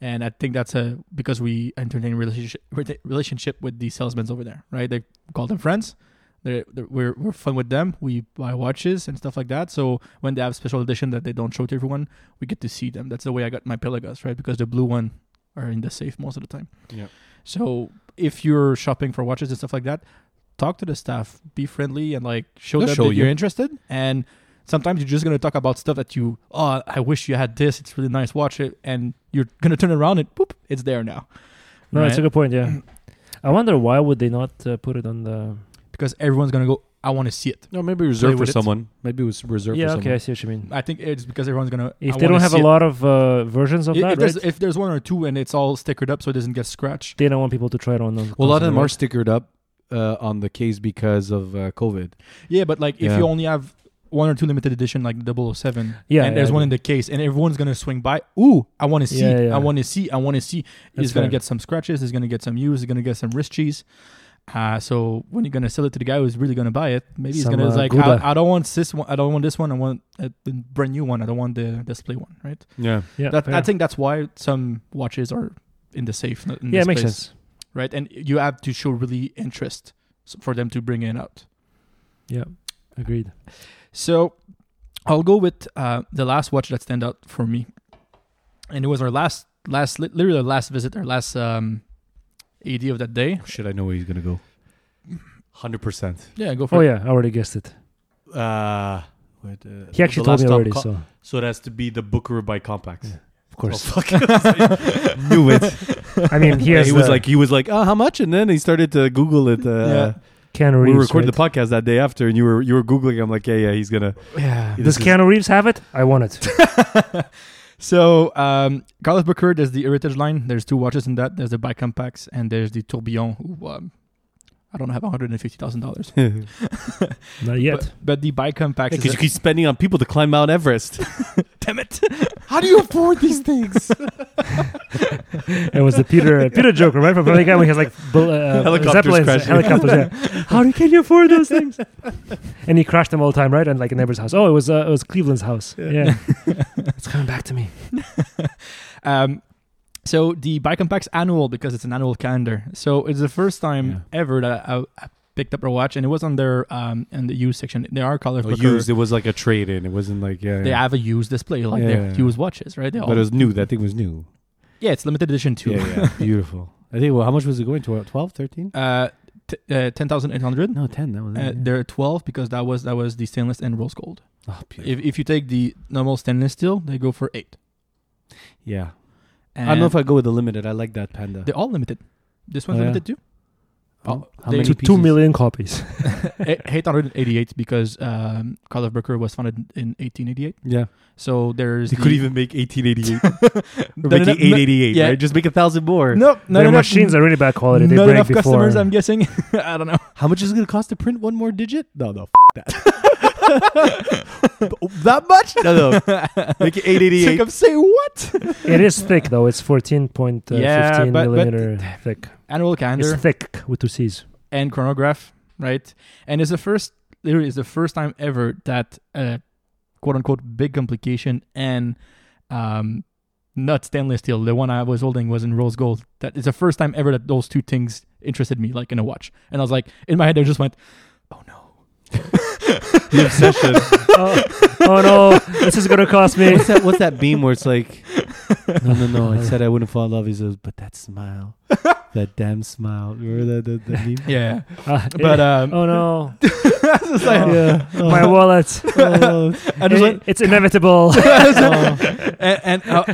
Speaker 2: And I think that's a because we entertain relationship rela- relationship with the salesmen over there, right? They call them friends. They're, they're, we're we're fun with them. We buy watches and stuff like that. So when they have special edition that they don't show to everyone, we get to see them. That's the way I got my Pelagas, right? Because the blue one are in the safe most of the time.
Speaker 4: Yeah.
Speaker 2: So if you're shopping for watches and stuff like that, talk to the staff, be friendly, and like show
Speaker 4: They'll
Speaker 2: them
Speaker 4: show
Speaker 2: that
Speaker 4: you.
Speaker 2: you're interested. And sometimes you're just gonna talk about stuff that you, oh, I wish you had this. It's really nice. Watch it, and you're gonna turn around and boop, it's there now.
Speaker 3: No, it's a
Speaker 2: Right?
Speaker 3: good point. Yeah, I wonder why would they not uh, put it on the.
Speaker 2: because everyone's gonna go. I want to see it.
Speaker 4: No, maybe
Speaker 2: Play
Speaker 4: reserved for
Speaker 2: with it.
Speaker 4: someone. Maybe it was reserved
Speaker 3: Yeah,
Speaker 4: for
Speaker 3: okay, I
Speaker 4: someone.
Speaker 3: see what you mean.
Speaker 2: I think it's because everyone's gonna.
Speaker 3: If
Speaker 2: I
Speaker 3: they don't
Speaker 2: wanna
Speaker 3: have a
Speaker 2: see it.
Speaker 3: lot of uh, versions of
Speaker 2: if,
Speaker 3: that,
Speaker 2: if there's
Speaker 3: right?
Speaker 2: if there's one or two and it's all stickered up so it doesn't get scratched.
Speaker 3: they don't want people to try it on them.
Speaker 4: Well, a lot of them
Speaker 3: constantly,
Speaker 4: are
Speaker 3: right?
Speaker 4: stickered up uh, on the case because of uh, COVID.
Speaker 2: Yeah, but like if
Speaker 4: Yeah.
Speaker 2: you only have one or two limited edition like 007
Speaker 3: Yeah,
Speaker 2: and there's
Speaker 3: yeah,
Speaker 2: one
Speaker 3: yeah.
Speaker 2: in the case and everyone's gonna swing by ooh i want to see
Speaker 3: Yeah, yeah.
Speaker 2: i want to see i want to see
Speaker 3: That's
Speaker 2: it's gonna
Speaker 3: fair.
Speaker 2: get some scratches it's gonna get some use it's gonna get some wrist cheese uh, so when you're gonna sell it to the guy who's really gonna buy it maybe he's
Speaker 3: Some,
Speaker 2: gonna
Speaker 3: uh,
Speaker 2: like
Speaker 3: Gouda.
Speaker 2: I, I don't want this one i don't want this one i want a, the brand new one i don't want the display one right
Speaker 4: Yeah.
Speaker 3: Yeah,
Speaker 2: that,
Speaker 3: fair.
Speaker 2: i think that's why some watches are in the safe not in the
Speaker 3: yeah, it makes
Speaker 2: space,
Speaker 3: sense.
Speaker 2: right and you have to show really interest s- for them to bring it out
Speaker 3: Agreed.
Speaker 2: So I'll go with uh, the last watch that stand out for me, and it was our last, last, li- literally our last visit, our last um, AD of that day.
Speaker 4: Should I know where he's gonna go? Hundred percent.
Speaker 2: Yeah, go for
Speaker 3: Oh
Speaker 2: it.
Speaker 3: yeah, I already guessed it.
Speaker 4: Uh,
Speaker 3: He actually told me already, so of
Speaker 4: So it has to be the Booker by Complex.
Speaker 3: Yeah. course.
Speaker 4: fuck! Knew it.
Speaker 3: I mean, he, has
Speaker 4: he was
Speaker 3: the
Speaker 4: like, he was like, oh, how much? And then he started to Google it. Uh,
Speaker 3: Keanu
Speaker 4: We
Speaker 3: Reeves.
Speaker 4: recorded
Speaker 3: right?
Speaker 4: the podcast that day after, and you were you were googling. I'm like, yeah, yeah, he's gonna.
Speaker 2: Yeah.
Speaker 4: this
Speaker 3: Does
Speaker 4: is-
Speaker 3: Keanu Reeves have it? I want it.
Speaker 2: So um, Carlos Booker does the Heritage line. There's two watches in that. There's the Bicompax and there's the Tourbillon. Who, um, I don't have one hundred and fifty thousand dollars.
Speaker 4: Because
Speaker 3: Not yet.
Speaker 2: But, but the buy compact is
Speaker 4: you
Speaker 2: a-
Speaker 4: keep spending on people to climb Mount Everest.
Speaker 2: damn it.
Speaker 4: How do you afford these things?
Speaker 3: it was the Peter Peter Joker, right? From the guy when he has like bu- uh,
Speaker 4: Helicopters
Speaker 3: zeppelins,
Speaker 4: crashing.
Speaker 3: helicopters. Yeah. How do can you afford those things? And he crashed them all the time, right? And like a neighbor's house. Oh, it was uh, it was Cleveland's house.
Speaker 4: Yeah.
Speaker 3: Yeah, it's coming back to me.
Speaker 2: Um, so the Bicompact's annual because it's an annual calendar. So it's the first time
Speaker 4: Yeah.
Speaker 2: ever that I, I picked up a watch, and it was on their um in the used section. They are color picker.
Speaker 4: Oh, used. It was like a trade in. It wasn't like yeah.
Speaker 2: They have a used display, like their
Speaker 4: Yeah.
Speaker 2: used watches, right? They all-
Speaker 4: but it was new. That thing was new.
Speaker 2: yeah, it's limited edition too.
Speaker 4: Yeah, yeah. beautiful. I think. Well, how much was it going to? 12, 13?
Speaker 2: Uh, t- uh, ten thousand eight hundred.
Speaker 4: No, ten. That was.
Speaker 2: Uh,
Speaker 4: it. Oh, yeah.
Speaker 2: they're twelve because that was that was the stainless and rose gold.
Speaker 4: Oh, beautiful.
Speaker 2: If if you take the normal stainless steel, they go for eight.
Speaker 4: yeah.
Speaker 2: And
Speaker 4: I don't know if I go with the limited. I like that panda.
Speaker 2: they're all limited. This one's
Speaker 4: Oh, yeah.
Speaker 2: limited too.
Speaker 4: Oh, how
Speaker 2: they-
Speaker 4: many
Speaker 3: To two
Speaker 4: pieces?
Speaker 3: million copies.
Speaker 2: Eight hundred eighty-eight because um, Carl of Brooker was founded in eighteen eighty-eight.
Speaker 4: Yeah.
Speaker 2: So there's
Speaker 4: They
Speaker 2: the-
Speaker 4: could even make 1888.
Speaker 2: No,
Speaker 4: Or
Speaker 2: no,
Speaker 4: making
Speaker 2: no,
Speaker 4: 888,
Speaker 2: yeah.
Speaker 4: right? Just make a thousand more.
Speaker 2: No, no,
Speaker 3: Their
Speaker 2: no,
Speaker 3: machines
Speaker 2: no,
Speaker 3: are really bad quality. They
Speaker 2: not
Speaker 3: break
Speaker 2: enough
Speaker 3: before.
Speaker 2: customers. I'm guessing. I don't know.
Speaker 4: How much is it going to cost to print one more digit? No, no, f- that. that much? No, no. Make it 888.
Speaker 2: Sick of say what?
Speaker 3: it is thick though. It's fourteen point uh, fifteen
Speaker 2: Yeah, but- but-
Speaker 3: millimeter thick.
Speaker 2: Annual calendar
Speaker 3: It's thick with two C's.
Speaker 2: and chronograph, right? And it's the first. Literally, it's the first time ever that uh, quote unquote big complication and um, not stainless steel. The one I was holding was in rose gold. That is the first time ever that those two things interested me, like in a watch. And I was like, in my head, I just went, "Oh no."
Speaker 4: the obsession.
Speaker 3: oh, oh no, this is gonna cost me.
Speaker 4: what's, that, what's that beam where it's like, no, no, no. I said I wouldn't fall in love. He says, but that smile. That damn smile. Remember that, that, that meme?
Speaker 2: Yeah,
Speaker 3: Uh,
Speaker 2: but um,
Speaker 3: oh no,
Speaker 2: it's like-
Speaker 3: Oh.
Speaker 4: Yeah.
Speaker 3: my wallet.
Speaker 4: Oh,
Speaker 2: I just went,
Speaker 3: it's inevitable.
Speaker 4: oh,
Speaker 2: and and, uh,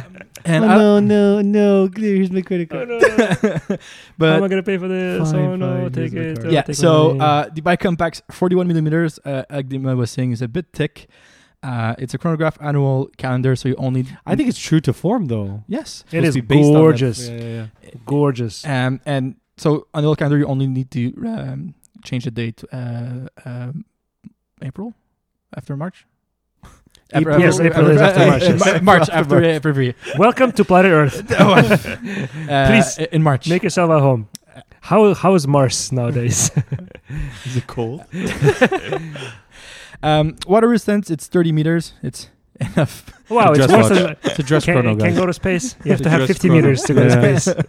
Speaker 2: and I-
Speaker 4: oh, no, no, no. Here's my credit
Speaker 3: Oh,
Speaker 4: card.
Speaker 3: no. How am I
Speaker 2: but
Speaker 3: gonna pay for this?
Speaker 4: Fine,
Speaker 3: oh no,
Speaker 4: fine,
Speaker 3: take
Speaker 4: here's
Speaker 3: it.
Speaker 4: my
Speaker 3: oh,
Speaker 4: card.
Speaker 2: yeah,
Speaker 3: take
Speaker 2: so
Speaker 3: my-
Speaker 2: uh, the Bicompact's 41 millimeters, uh, like Dima was saying, is a bit thick. Uh, it's a chronograph annual calendar, so you only.
Speaker 4: I think it's true to form, though.
Speaker 2: yes.
Speaker 3: it is
Speaker 4: Supposed to be based on that-
Speaker 3: gorgeous,
Speaker 4: Yeah, yeah, yeah.
Speaker 3: gorgeous.
Speaker 2: Um, and so annual calendar, you only need to um, change the date. Uh, um, April, after March.
Speaker 4: April-
Speaker 3: Yes, April is after March, yes.
Speaker 2: Mar- March after February.
Speaker 3: Welcome to planet Earth. Please,
Speaker 2: Uh, in March.
Speaker 3: Make yourself at home. How how is Mars nowadays?
Speaker 4: Is it cold?
Speaker 2: um, water resistance. It's 30 meters. It's enough.
Speaker 3: wow, Oh, it's
Speaker 4: dress
Speaker 3: worse
Speaker 4: watch.
Speaker 3: than
Speaker 4: It's a dress
Speaker 3: can,
Speaker 4: chrono,
Speaker 3: it can
Speaker 4: guys.
Speaker 3: go to space. You have
Speaker 4: It's
Speaker 3: to
Speaker 4: a
Speaker 3: have
Speaker 4: dress
Speaker 3: fifty
Speaker 4: chrono.
Speaker 3: meters to go
Speaker 4: Yeah.
Speaker 3: to space.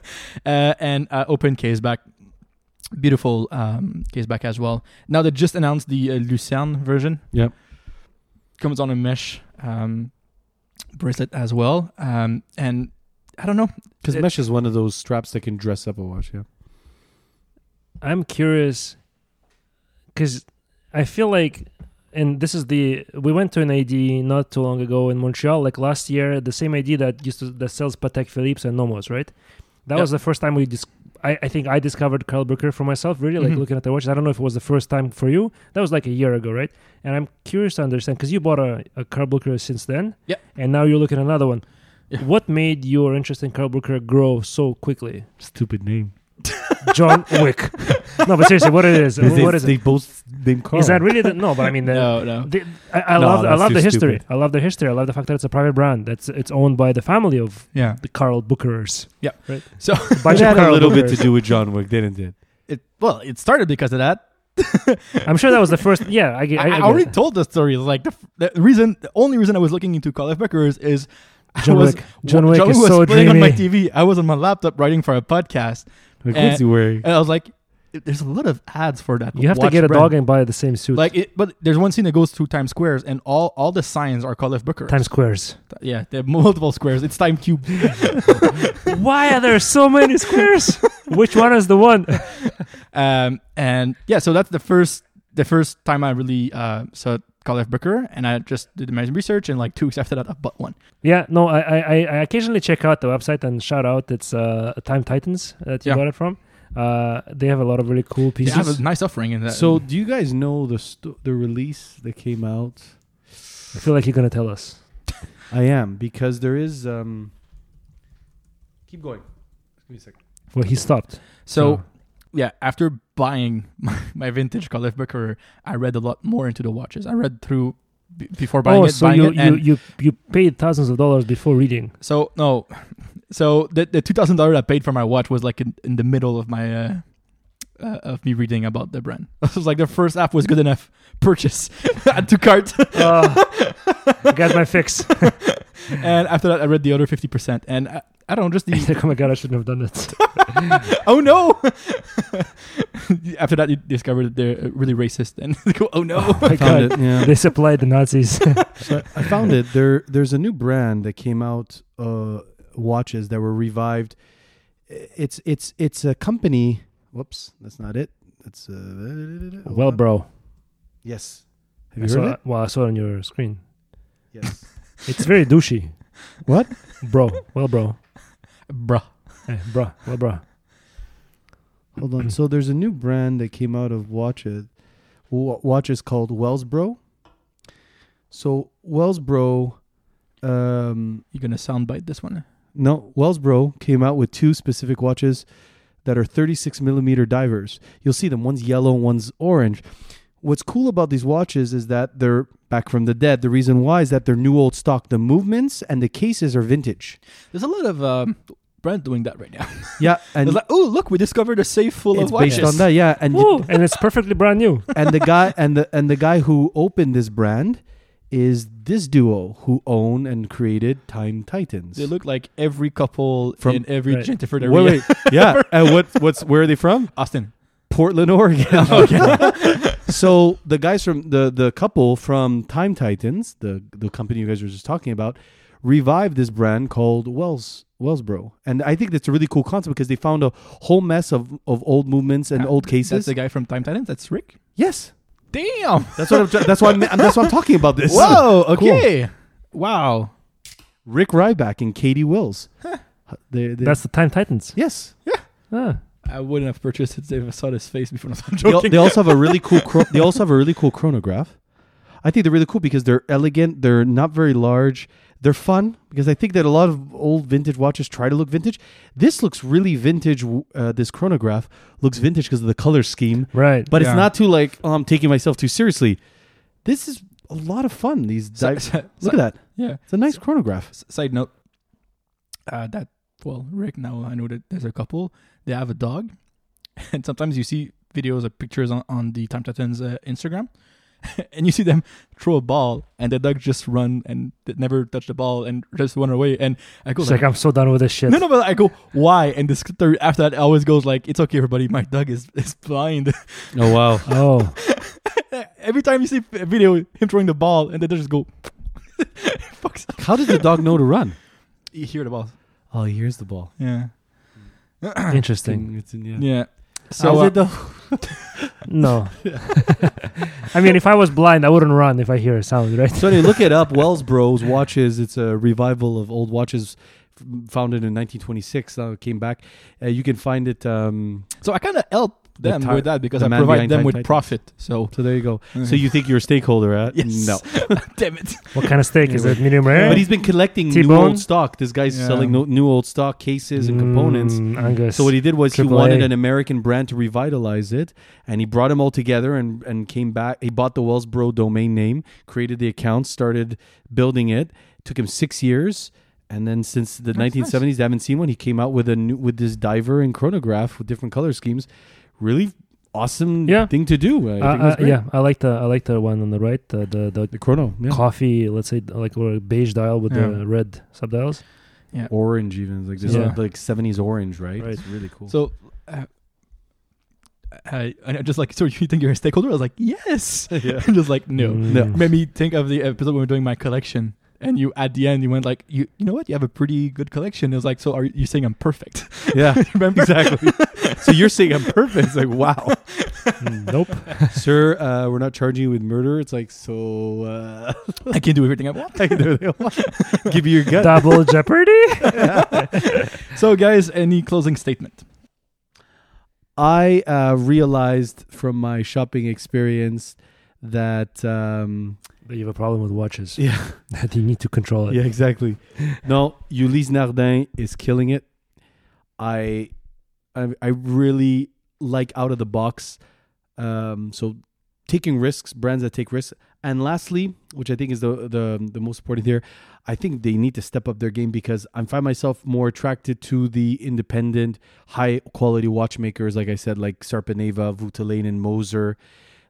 Speaker 2: uh, and uh, open case back. Beautiful um, case back as well. Now they just announced the uh, Lucerne version.
Speaker 4: Yep.
Speaker 2: Comes on a mesh um, bracelet as well. Um, and I don't know.
Speaker 4: Because
Speaker 2: It-
Speaker 4: mesh is one of those straps that can dress up a watch. Yeah.
Speaker 3: I'm curious because I feel like, and this is the we went to an AD not too long ago in Montreal, like last year, the same AD that used to that sells Patek Philippe's and Nomos, right? That
Speaker 2: Yeah.
Speaker 3: was the first time we dis- I, I think I discovered Karl Brooker for myself, really,
Speaker 2: Mhm.
Speaker 3: like looking at the watches. I don't know if it was the first time for you. That was like a year ago, right? And I'm curious to understand because you bought a, a Karl Brooker since then.
Speaker 2: Yeah.
Speaker 3: And now you're looking at another one.
Speaker 2: Yeah.
Speaker 3: What made your interest in Karl Brooker grow so quickly?
Speaker 4: Stupid name.
Speaker 3: John Wick. no, but seriously, what it is?
Speaker 4: they,
Speaker 3: What is
Speaker 4: they
Speaker 3: it?
Speaker 4: both name Carl.
Speaker 3: Is that really the no? But I mean, the,
Speaker 2: No, no.
Speaker 3: the- I, I
Speaker 4: No,
Speaker 3: love, I
Speaker 4: that's
Speaker 3: love
Speaker 4: too
Speaker 3: the history.
Speaker 4: stupid.
Speaker 3: I love the history. I love the fact that it's a private brand. That's it's owned by the family of
Speaker 2: Yeah.
Speaker 3: the Carl Bookerers.
Speaker 2: Yeah.
Speaker 3: right.
Speaker 2: So-
Speaker 3: A bunch
Speaker 4: It
Speaker 3: of
Speaker 4: had a
Speaker 3: Carl
Speaker 4: little bit to
Speaker 3: Bookers.
Speaker 4: do with John Wick, didn't it?
Speaker 2: It, well, it started because of that.
Speaker 3: I'm sure that was the first. Yeah, I, get- I,
Speaker 2: I,
Speaker 3: I
Speaker 2: I
Speaker 3: get
Speaker 2: already
Speaker 3: it.
Speaker 2: told the story. Like the, f- the reason, the only reason I was looking into Call of Beckers is
Speaker 3: John
Speaker 2: I was
Speaker 3: Wick. John Wick is
Speaker 2: was
Speaker 3: so
Speaker 2: playing on my TV.
Speaker 3: dreamy.
Speaker 2: I was on my laptop writing for a podcast,
Speaker 4: Like,
Speaker 2: Eh,
Speaker 4: what's he wearing?
Speaker 2: and I was like, "There's a lot of ads for that."
Speaker 3: You have to
Speaker 2: watch
Speaker 3: get a
Speaker 2: brand.
Speaker 3: dog and buy the same suit.
Speaker 2: Like, it, but there's one scene that goes through Times Squares, and all all the signs are Call of Booker.
Speaker 3: Times Squares.
Speaker 2: yeah, they have multiple squares. It's Time Cube.
Speaker 3: Why are there so many squares? Which one is the one?
Speaker 2: um, and yeah, so that's the first the first time I really uh, saw Call of Booker, and I just did my research, and like two weeks after that, I bought one.
Speaker 3: Yeah, no, I, I, I- I occasionally check out the website and shout out. It's uh, Time Titans that you
Speaker 2: Yeah.
Speaker 3: got it from. Uh, they have a lot of really cool
Speaker 2: They
Speaker 3: pieces.
Speaker 2: have a nice offering in that.
Speaker 4: So, do you guys know the sto- the release that came out?
Speaker 3: I feel like you're gonna tell us.
Speaker 4: I am because there is. um Keep going. Give me a second.
Speaker 3: Well, he stopped.
Speaker 2: so yeah, after buying my, my vintage Calif Becker, I read a lot more into the watches. I read through b- before buying
Speaker 3: oh,
Speaker 2: it,
Speaker 3: so
Speaker 2: buying
Speaker 3: you,
Speaker 2: it, and
Speaker 3: you you you paid thousands of dollars before reading.
Speaker 2: so no, so the the two thousand dollars I paid for my watch was like in, in the middle of my uh, uh, of me reading about the brand. It was like the first app was good enough purchase. Add to cart,
Speaker 3: Uh, I got my fix.
Speaker 2: and after that I read the other fifty percent, and I, I don't know, just the
Speaker 3: like, oh my god, I shouldn't have done that.
Speaker 2: oh no. after that you discover that they're uh, really racist, and go oh no.
Speaker 3: Oh my
Speaker 4: Found
Speaker 3: god,
Speaker 4: it, yeah.
Speaker 3: they supplied the Nazis.
Speaker 4: So I found it. There, there's a new brand that came out. Uh, watches that were revived. It's it's it's a company. Whoops, that's not it. That's uh, hold
Speaker 3: well,
Speaker 4: on.
Speaker 3: bro,
Speaker 4: Yes.
Speaker 3: I
Speaker 4: Have you
Speaker 3: saw,
Speaker 4: heard it?
Speaker 3: Well, I saw it on your screen.
Speaker 4: Yes.
Speaker 3: It's very douchey,
Speaker 4: what?
Speaker 3: bro. Well, bro,
Speaker 2: Bruh.
Speaker 3: hey, bro, well, bro.
Speaker 4: Hold on. So there's a new brand that came out of watches. wa- Watches called Wellsbro. So Wellsbro, um,
Speaker 2: You're gonna soundbite this one.
Speaker 4: no, Wellsbro came out with two specific watches that are 36 millimeter divers. You'll see them. One's yellow, one's orange. What's cool about these watches is that they're back from the dead. The reason why is that they're new old stock. The movements and the cases are vintage.
Speaker 2: There's a lot of um, brands doing that right now.
Speaker 4: Yeah, and
Speaker 2: it's like, oh look, we discovered a safe full
Speaker 4: it's
Speaker 2: of watches.
Speaker 4: based on that. Yeah, and
Speaker 3: Woo, and it's perfectly brand new.
Speaker 4: and the guy and the and the guy who opened this brand is this duo who own and created Time Titans.
Speaker 2: They look like every couple
Speaker 4: From-
Speaker 2: in every
Speaker 3: right.
Speaker 2: gentrified
Speaker 4: wait,
Speaker 2: area.
Speaker 4: wait, yeah. And what what's where are they from?
Speaker 2: Austin. Oh,
Speaker 4: Portland, Oregon. so the guys from the the couple from Time Titans, the the company you guys were just talking about, revived this brand called Wells Wellsbro, and I think that's a really cool concept because they found a whole mess of of old movements and
Speaker 2: Uh,
Speaker 4: old cases.
Speaker 2: That's the guy from Time Titans. That's Rick.
Speaker 4: yes,
Speaker 2: Damn.
Speaker 4: that's what I'm. try- That's why I'm. That's why I'm talking about this.
Speaker 2: Whoa.
Speaker 4: Cool.
Speaker 2: Okay. Wow.
Speaker 4: Rick Ryback and Katie Wills. They- they-
Speaker 3: That's the Time Titans.
Speaker 4: yes.
Speaker 3: Ah.
Speaker 2: I wouldn't have purchased it if I saw his face before. I'm
Speaker 4: They, al-
Speaker 2: joking.
Speaker 4: they also have a really cool. Chro- they also have a really cool chronograph. I think they're really cool because they're elegant. They're not very large. They're fun because I think that a lot of old vintage watches try to look vintage. This looks really vintage. w- Uh, this chronograph looks vintage because of the color scheme,
Speaker 3: Right.
Speaker 4: but
Speaker 2: Yeah.
Speaker 4: it's not too like oh, I'm taking myself too seriously. This is a lot of fun. These
Speaker 2: So-
Speaker 4: dive-
Speaker 2: so-
Speaker 4: look
Speaker 2: so-
Speaker 4: at that.
Speaker 2: Yeah.
Speaker 4: It's a nice chronograph.
Speaker 2: S- side note. Uh, that well, Rick. Now I know that there's a couple. They have a dog, and sometimes you see videos or pictures on, on the Time Titans uh, Instagram, and you see them throw a ball, and the dog just run and they never touch the ball and just run away. And I go
Speaker 3: It's
Speaker 2: like,
Speaker 3: like I'm so done with this shit.
Speaker 2: no, no, but I go why? And this story after that always goes like, it's okay, everybody. My dog is is blind.
Speaker 4: Oh wow.
Speaker 3: Oh,
Speaker 2: Every time you see a video him throwing the ball, and then they just go, fucks. up.
Speaker 4: How did the dog know to run?
Speaker 2: You hear the balls.
Speaker 4: Oh, here's the ball.
Speaker 2: Yeah.
Speaker 3: interesting.
Speaker 4: It's in- yeah.
Speaker 2: Yeah.
Speaker 4: So
Speaker 2: So uh,
Speaker 3: No, I mean, if I was blind, I wouldn't run if I hear a sound, right?
Speaker 4: so anyway, look it up. Wells Bros watches. It's a revival of old watches, f- founded in 1926. Now it came back. Uh, you can find it. Um,
Speaker 2: So I kind of help
Speaker 4: The
Speaker 2: them
Speaker 4: tar-
Speaker 2: with that because
Speaker 4: the
Speaker 2: I
Speaker 4: man
Speaker 2: provide
Speaker 4: behind
Speaker 2: them
Speaker 4: Teen
Speaker 2: with
Speaker 4: Titans.
Speaker 2: profit. So
Speaker 4: so there you go. So you think you're a stakeholder? Huh?
Speaker 2: Yes.
Speaker 4: No.
Speaker 2: damn it.
Speaker 3: What kind of steak is
Speaker 4: Anyway.
Speaker 3: it? Medium rare.
Speaker 4: But he's been collecting new
Speaker 3: T-bone?
Speaker 4: old stock. This guy's
Speaker 2: Yeah.
Speaker 4: selling no, new old stock cases and components.
Speaker 3: Mm, Angus.
Speaker 4: So what he did was he
Speaker 3: Triple
Speaker 4: wanted
Speaker 3: A.
Speaker 4: an American brand to revitalize it, and he brought them all together and and came back. He bought the Wellsbro domain name, created the account, started building it. Took him six years, and then since the
Speaker 2: That's
Speaker 4: nineteen seventies, they haven't seen one. He came out with a new, with this diver and chronograph with different color schemes. Really awesome
Speaker 3: Yeah.
Speaker 4: thing to do.
Speaker 3: Uh,
Speaker 4: I think it was
Speaker 3: uh,
Speaker 4: great.
Speaker 3: yeah, I like the I like the one on the right, the the, the
Speaker 4: the chrono, yeah.
Speaker 3: coffee. Let's say like or a beige dial with
Speaker 2: Yeah.
Speaker 3: the red subdials.
Speaker 4: orange even like this
Speaker 3: Yeah.
Speaker 4: like seventies orange, right?
Speaker 3: Right.
Speaker 4: It's really cool.
Speaker 2: So uh, I, I just like so you think you're a stakeholder? I was like yes.
Speaker 4: yeah.
Speaker 2: I'm just like no.
Speaker 4: No.
Speaker 2: Made me think of the episode when we were doing my collection. And you at the end you went like you you know what you have a pretty good collection. It was like so are you saying I'm perfect?
Speaker 4: yeah.
Speaker 2: Remember?
Speaker 4: Exactly. so you're saying I'm perfect. It's like wow.
Speaker 3: Mm, nope.
Speaker 4: sir, uh, we're not charging you with murder. It's like, so uh,
Speaker 2: I can do everything I want.
Speaker 4: give you your gut.
Speaker 3: Double jeopardy.
Speaker 2: So guys, any closing statement?
Speaker 4: I uh, realized from my shopping experience that um,
Speaker 3: But you have a problem with watches.
Speaker 4: yeah,
Speaker 3: That you need to control it.
Speaker 4: yeah, exactly. No, Ulysse Nardin is killing it. I, I, I really like out of the box. Um, so taking risks, brands that take risks, and lastly, which I think is the the the most important here, I think they need to step up their game because I find myself more attracted to the independent, high quality watchmakers. Like I said, like Sarpaneva, Vutelainen, and Moser.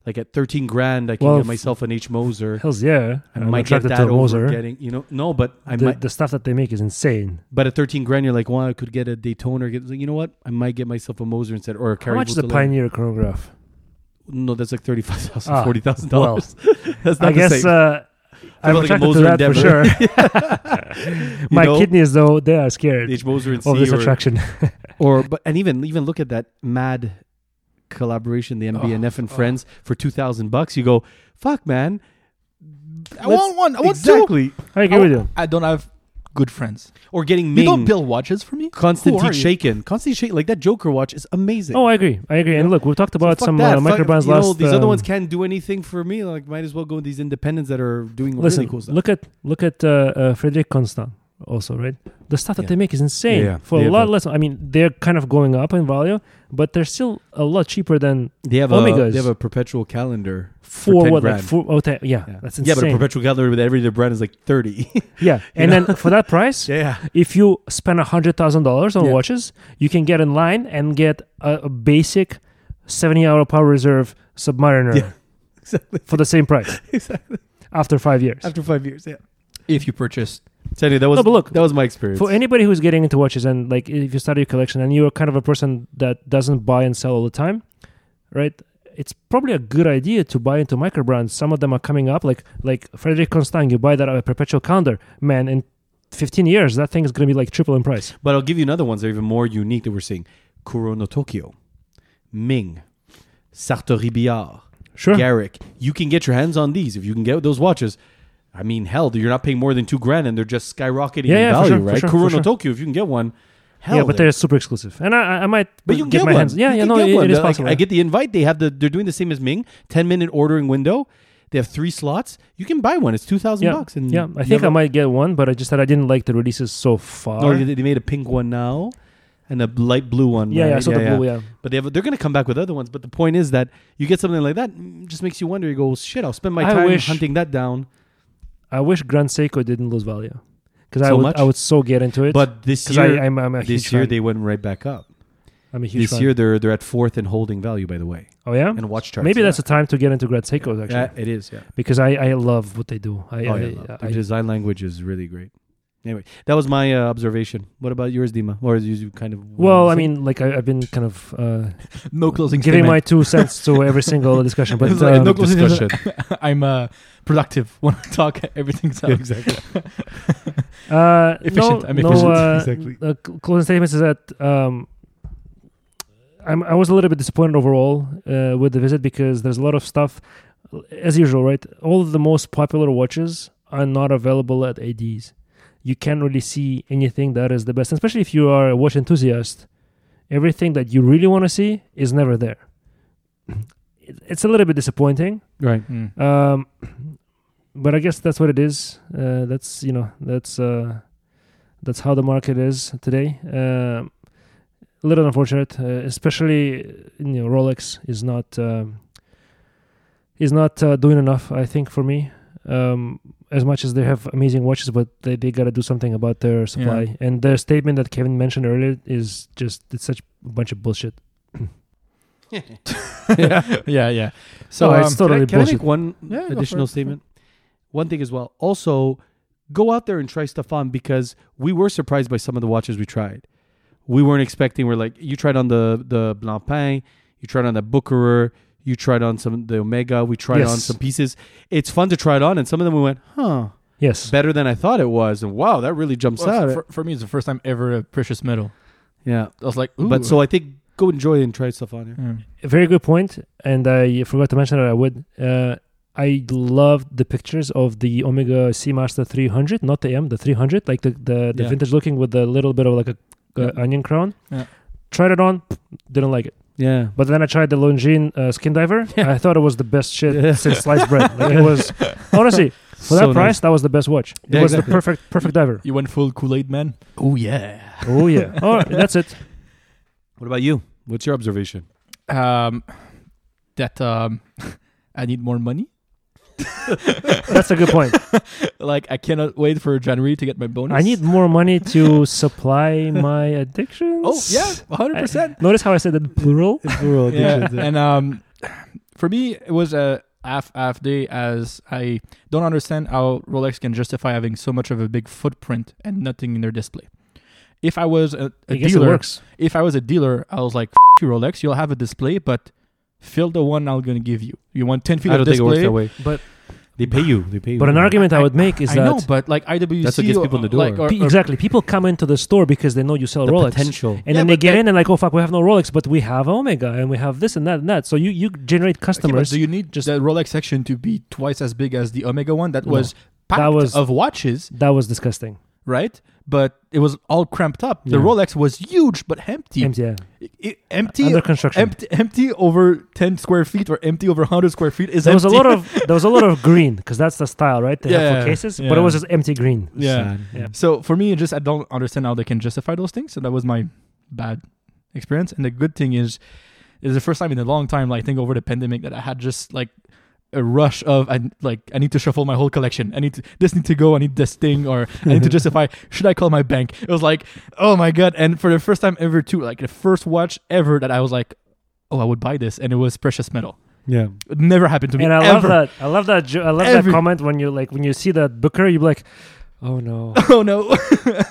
Speaker 4: Like at thirteen grand, I can
Speaker 3: Well,
Speaker 4: get
Speaker 3: if-
Speaker 4: myself an H Moser.
Speaker 3: Hells yeah.
Speaker 4: I
Speaker 3: I'm
Speaker 4: might get
Speaker 3: attracted
Speaker 4: that
Speaker 3: to
Speaker 4: over
Speaker 3: Moser.
Speaker 4: getting you know no, but I
Speaker 3: the,
Speaker 4: might
Speaker 3: the stuff that they make is insane.
Speaker 4: but at 13 grand, you're like, well, I could get a Daytona. Or get, you know what? I might get myself a Moser instead or a
Speaker 3: How
Speaker 4: Carry
Speaker 3: much is a Pioneer chronograph?
Speaker 4: No, that's like $35,000,
Speaker 3: Ah,
Speaker 4: $40,000.
Speaker 3: well,
Speaker 4: that's not
Speaker 3: I
Speaker 4: the
Speaker 3: guess
Speaker 4: same.
Speaker 3: uh, I'm
Speaker 4: like a
Speaker 3: attracted to
Speaker 4: Moser
Speaker 3: that for sure. uh, My
Speaker 4: know?
Speaker 3: kidneys, though, they are scared
Speaker 4: H Moser and
Speaker 3: of
Speaker 4: C
Speaker 3: this
Speaker 4: or,
Speaker 3: attraction.
Speaker 4: or, but, and even, even look at that mad collaboration, the MBNF and
Speaker 2: oh.
Speaker 4: Friends for 2000 bucks. You go, fuck, man.
Speaker 2: I
Speaker 4: let's-
Speaker 2: want one. I want two.
Speaker 4: exactly.
Speaker 3: I agree
Speaker 4: Oh,
Speaker 3: with you.
Speaker 2: I don't have good friends.
Speaker 4: Or getting
Speaker 2: You don't
Speaker 4: Ming.
Speaker 2: build watches for me. Who
Speaker 4: Constantine
Speaker 2: are you?
Speaker 4: Shaken. Constantine Shaken. Like that Joker watch is amazing.
Speaker 3: Oh, I agree. I agree. And look, we've talked about
Speaker 4: Fuck
Speaker 3: some
Speaker 4: that.
Speaker 3: uh,
Speaker 4: Fuck,
Speaker 3: microbrands
Speaker 4: you know,
Speaker 3: last.
Speaker 4: These other ones
Speaker 3: um,
Speaker 4: can't do anything for me. Like, might as well go with these independents that are doing
Speaker 3: listen,
Speaker 4: really cool stuff.
Speaker 3: look at look at uh, uh, Frederic Constant also, right? The stuff that
Speaker 4: Yeah.
Speaker 3: they make is insane
Speaker 4: Yeah, yeah.
Speaker 3: for
Speaker 4: Yeah,
Speaker 3: a lot
Speaker 4: but-
Speaker 3: less. I mean, they're kind of going up in value, but they're still a lot cheaper than
Speaker 4: They have a
Speaker 3: Omegas.
Speaker 4: they have a perpetual calendar
Speaker 3: for,
Speaker 4: 10
Speaker 3: what like
Speaker 4: grand.
Speaker 3: four, oh, ten, yeah,
Speaker 4: Yeah.
Speaker 3: that's
Speaker 4: yeah,
Speaker 3: insane.
Speaker 4: but a perpetual calendar with every other brand is like thirty.
Speaker 3: yeah, and then for that price,
Speaker 4: yeah,
Speaker 3: if you spend hundred thousand dollars on
Speaker 4: Yeah.
Speaker 3: watches, you can get in line and get a, a basic seventy-hour power reserve Submariner
Speaker 4: Yeah. exactly,
Speaker 3: for the same price
Speaker 4: exactly.
Speaker 3: after five years.
Speaker 4: After five years, yeah.
Speaker 2: If you purchased
Speaker 4: So anyway, that was
Speaker 3: No, but look,
Speaker 4: that was my experience.
Speaker 3: for anybody who's getting into watches and like if you start your collection and you're kind of a person that doesn't buy and sell all the time, right? It's probably a good idea to buy into micro brands. Some of them are coming up, like like Frederic Constant. You buy that uh, perpetual calendar, man. In fifteen years, that thing is going to be like triple in price.
Speaker 4: but I'll give you another ones that are even more unique that we're seeing: Kurono Tokyo, Ming, Sartori Biard,
Speaker 3: Sure.
Speaker 4: Garrick. You can get your hands on these if you can get those watches. I mean, hell, you're not paying more than two grand, and they're just skyrocketing
Speaker 3: Yeah,
Speaker 4: in
Speaker 3: yeah, for
Speaker 4: value,
Speaker 3: sure, for
Speaker 4: right?
Speaker 3: sure, for
Speaker 4: Kurono
Speaker 3: sure.
Speaker 4: Tokyo, if you can get one, hell,
Speaker 3: yeah, but
Speaker 4: they're-
Speaker 3: they're super exclusive, and I, I- I might
Speaker 4: But you can
Speaker 3: get,
Speaker 4: get,
Speaker 3: my
Speaker 4: one.
Speaker 3: hands. Yeah,
Speaker 4: you
Speaker 3: yeah,
Speaker 4: can
Speaker 3: no,
Speaker 4: get
Speaker 3: it-
Speaker 4: one.
Speaker 3: it is
Speaker 4: Like,
Speaker 3: possible.
Speaker 4: I get the invite. They have the. They're doing the same as Ming. Ten minute ordering window. They have three slots. You can buy one. It's two thousand
Speaker 3: yeah,
Speaker 4: bucks. And
Speaker 3: yeah, I
Speaker 4: you
Speaker 3: think
Speaker 4: have
Speaker 3: I might get one, but I just said I didn't like the releases so
Speaker 4: A,
Speaker 3: far.
Speaker 4: no, Oh, they, they made a pink one now, and a light blue one.
Speaker 3: yeah,
Speaker 4: right?
Speaker 3: yeah, I saw the blue. Yeah.
Speaker 4: But they have. They're going to come back with other ones. But the point is that you get something like that, mm, just makes you wonder. You go, shit. I'll spend my
Speaker 3: I
Speaker 4: time
Speaker 3: wish-
Speaker 4: hunting that down.
Speaker 3: I wish Grand Seiko didn't lose value because I
Speaker 4: So
Speaker 3: would
Speaker 4: much?
Speaker 3: I would so get into it.
Speaker 4: But this
Speaker 3: because I
Speaker 4: year,
Speaker 3: I'm, I'm a
Speaker 4: this
Speaker 3: huge
Speaker 4: year
Speaker 3: fan.
Speaker 4: they went right back up.
Speaker 3: I'm a huge
Speaker 4: This
Speaker 3: fan.
Speaker 4: year they're they're at fourth in holding value, by the way,
Speaker 3: oh yeah,
Speaker 4: and watch charts.
Speaker 3: maybe
Speaker 4: yeah.
Speaker 3: that's a time to get into Grand Seikos actually
Speaker 4: Yeah, it is. Yeah.
Speaker 3: because I, I love what they do. I,
Speaker 4: Oh,
Speaker 3: I,
Speaker 4: yeah, no.
Speaker 3: I-
Speaker 4: Their design language is really great. Anyway, that was my uh, observation. What about yours, Dima? Or is you kind of
Speaker 3: well, I mean, like I, I've been kind of uh,
Speaker 2: no closing
Speaker 3: giving my
Speaker 2: statement.
Speaker 3: two cents to every single discussion, but
Speaker 2: It's like,
Speaker 3: um,
Speaker 2: no closing
Speaker 4: discussion.
Speaker 2: I'm uh, productive when I talk. Everything's out.
Speaker 4: exactly.
Speaker 3: Uh,
Speaker 2: Efficient.
Speaker 3: No,
Speaker 2: I'm
Speaker 3: no,
Speaker 2: efficient.
Speaker 3: uh,
Speaker 4: Exactly.
Speaker 3: uh, cl- closing statements is that um, I'm, I was a little bit disappointed overall uh, with the visit because there's a lot of stuff, as usual, right? All of the most popular watches are not available at ADs. You can't really see anything that is the best, especially if you are a watch enthusiast. Everything that you really want to see is never there. It- It's a little bit disappointing.
Speaker 4: Right.
Speaker 2: Mm.
Speaker 3: Um, but I guess that's what it is. Uh, that's you know that's uh, that's how the market is today. Um, a little unfortunate, uh, especially you know Rolex is not um, is not uh, doing enough. I think for me, um, as much as they have amazing watches, but they they got to do something about their supply. And the statement that Kevin mentioned earlier is just it's such a bunch of bullshit.
Speaker 2: yeah, yeah, yeah. So
Speaker 3: No,
Speaker 2: um,
Speaker 3: Oh, it's totally
Speaker 4: can I,
Speaker 3: bullshit.
Speaker 4: make one
Speaker 2: Yeah, go for
Speaker 4: additional
Speaker 2: it.
Speaker 4: statement? One thing as well. Also, go out there and try stuff on because we were surprised by some of the watches we tried. We weren't expecting. We're like, you tried on the the Blancpain, you tried on the Bookerer, you tried on some the Omega. We tried on
Speaker 3: Yes.
Speaker 4: some pieces. It's fun to try it on, and some of them we went, huh.
Speaker 3: yes.
Speaker 4: better than I thought it was, and wow, that really jumps
Speaker 2: well,
Speaker 4: out.
Speaker 2: for, for me, it's the first time ever a precious metal.
Speaker 4: yeah,
Speaker 2: I was like,
Speaker 4: but
Speaker 2: ooh. Hmm.
Speaker 4: so I think go enjoy and try stuff on here.
Speaker 2: Yeah.
Speaker 3: very good point and i forgot to mention that i would uh, i loved the pictures of the omega c master 300 not the m the 300 like the the, the
Speaker 4: Yeah.
Speaker 3: vintage looking with the little bit of like a uh,
Speaker 2: Yeah.
Speaker 3: onion crown
Speaker 2: Yeah.
Speaker 3: tried it on didn't like it
Speaker 4: Yeah,
Speaker 3: but then i tried the longines uh, skin diver i thought it was the best shit
Speaker 4: Yeah.
Speaker 3: since sliced bread like it was honestly for that price that was the best watch it
Speaker 4: Yeah,
Speaker 3: was
Speaker 4: exactly.
Speaker 3: the perfect perfect diver
Speaker 2: You went full Kool Aid man. Oh yeah.
Speaker 3: oh yeah all right that's it
Speaker 4: What about you? What's your observation?
Speaker 2: um, that um, I need more money.
Speaker 3: That's a good point.
Speaker 2: Like I cannot wait for January to get my bonus.
Speaker 3: I need more money to supply my addictions.
Speaker 2: Oh yeah, hundred percent.
Speaker 3: Notice how I said that plural.
Speaker 4: Plural
Speaker 2: Yeah,
Speaker 4: addictions,
Speaker 2: and um, for me it was a half half day as I don't understand how Rolex can justify having so much of a big footprint and nothing in their display. If I was a, a
Speaker 3: I guess it
Speaker 2: dealer,
Speaker 3: works.
Speaker 2: if I was a dealer, I was like, F- you Rolex, you'll have a display, but fill the one I'm gonna give you. You want ten feet
Speaker 4: I
Speaker 2: of
Speaker 4: don't think it works
Speaker 2: display?
Speaker 4: that way.
Speaker 3: But
Speaker 4: They pay you. They pay you.
Speaker 3: but an argument I would make is
Speaker 2: I
Speaker 3: that
Speaker 2: know, but like IWC,
Speaker 4: That's what gets people in the
Speaker 2: or- Like,
Speaker 4: door.
Speaker 2: or-
Speaker 3: Pe-
Speaker 2: or-
Speaker 3: exactly people come into the store because they know you sell
Speaker 4: the
Speaker 3: Rolex.
Speaker 4: potential.
Speaker 3: And
Speaker 2: Yeah,
Speaker 3: then they
Speaker 2: but
Speaker 3: get
Speaker 2: they-
Speaker 3: in and like, oh fuck, we have no Rolex, but we have Omega and we have this and that and that. So you, you generate
Speaker 2: Okay, but
Speaker 3: customers.
Speaker 2: do you need just the Rolex section to be twice as big as the Omega one? That was packed
Speaker 3: was-
Speaker 2: of watches,
Speaker 3: that was disgusting.
Speaker 2: right? But it was all cramped up. The
Speaker 4: Yeah.
Speaker 2: Rolex was huge but empty.
Speaker 3: Empty, yeah.
Speaker 2: I- I- empty,
Speaker 3: Under construction.
Speaker 2: empty, empty over ten square feet or empty over hundred square feet is
Speaker 3: There was a
Speaker 2: empty.
Speaker 3: lot of there was a lot of green because that's the style, right? They have
Speaker 2: Yeah,
Speaker 3: four cases, but it
Speaker 2: yeah.
Speaker 3: was just empty green.
Speaker 2: yeah.
Speaker 4: Sad.
Speaker 3: Yeah.
Speaker 2: So for me, it just I don't understand how they can justify those things. So that was my bad experience. And the good thing is, it's the first time in a long time, like I think over the pandemic, that I had just like a rush of I, like I need to shuffle my whole collection. I need to, this need to go. I need this thing, or I need to justify. Should I call my bank? It was like, oh my god! And for the first time ever, too, like the first watch ever that I was like, oh, I would buy this, and it was precious metal.
Speaker 4: Yeah.
Speaker 2: It never happened to me.
Speaker 3: And I
Speaker 2: ever.
Speaker 3: love that. I love that. jo- I love
Speaker 2: Every-
Speaker 3: that comment when you like when you see that Booker, you're like, oh no,
Speaker 2: Oh no!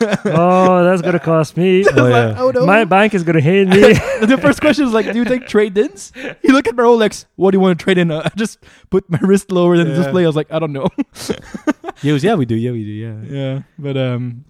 Speaker 3: oh that's gonna cost me.
Speaker 4: Oh, yeah.
Speaker 2: oh no!
Speaker 3: My bank is gonna hate me.
Speaker 2: the first question is like, do you take trade-ins? You look at my Rolex. What do you want to trade in? Uh, I just put my wrist lower than
Speaker 4: Yeah.
Speaker 2: the display. I was like, I don't know.
Speaker 4: Yeah, it was- yeah, we do. Yeah, we do. Yeah.
Speaker 2: yeah, but um,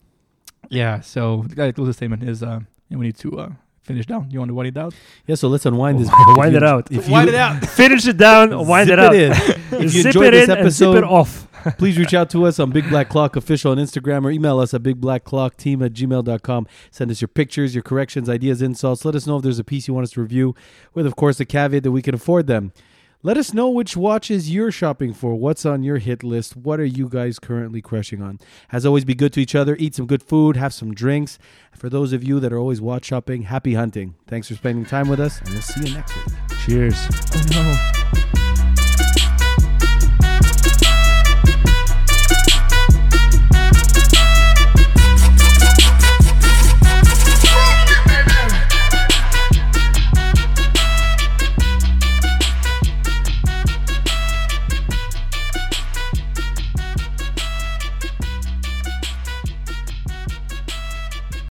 Speaker 2: yeah. So the closing statement is, uh, we need to uh, finish down. You want to wind it down?
Speaker 4: Yeah. So let's unwind this.
Speaker 3: Wind it out.
Speaker 4: If you,
Speaker 2: out.
Speaker 3: Finish it down. Wind it
Speaker 4: zip
Speaker 3: up.
Speaker 4: in. if you
Speaker 3: Zip
Speaker 4: enjoyed
Speaker 3: it
Speaker 4: this
Speaker 3: in and zip it
Speaker 4: episode,
Speaker 3: off.
Speaker 4: please reach out to us on Big Black Clock Official on Instagram or email us at bigblackclockteam at gmail.com. Send us your pictures, your corrections, ideas, insults. Let us know if there's a piece you want us to review, with, of course, the caveat that we can afford them. Let us know which watches you're shopping for. What's on your hit list? What are you guys currently crushing on? As always, be good to each other. Eat some good food. Have some drinks. For those of you that are always watch shopping, happy hunting. Thanks for spending time with us, and we'll see you next week.
Speaker 3: Cheers.
Speaker 2: Oh, no.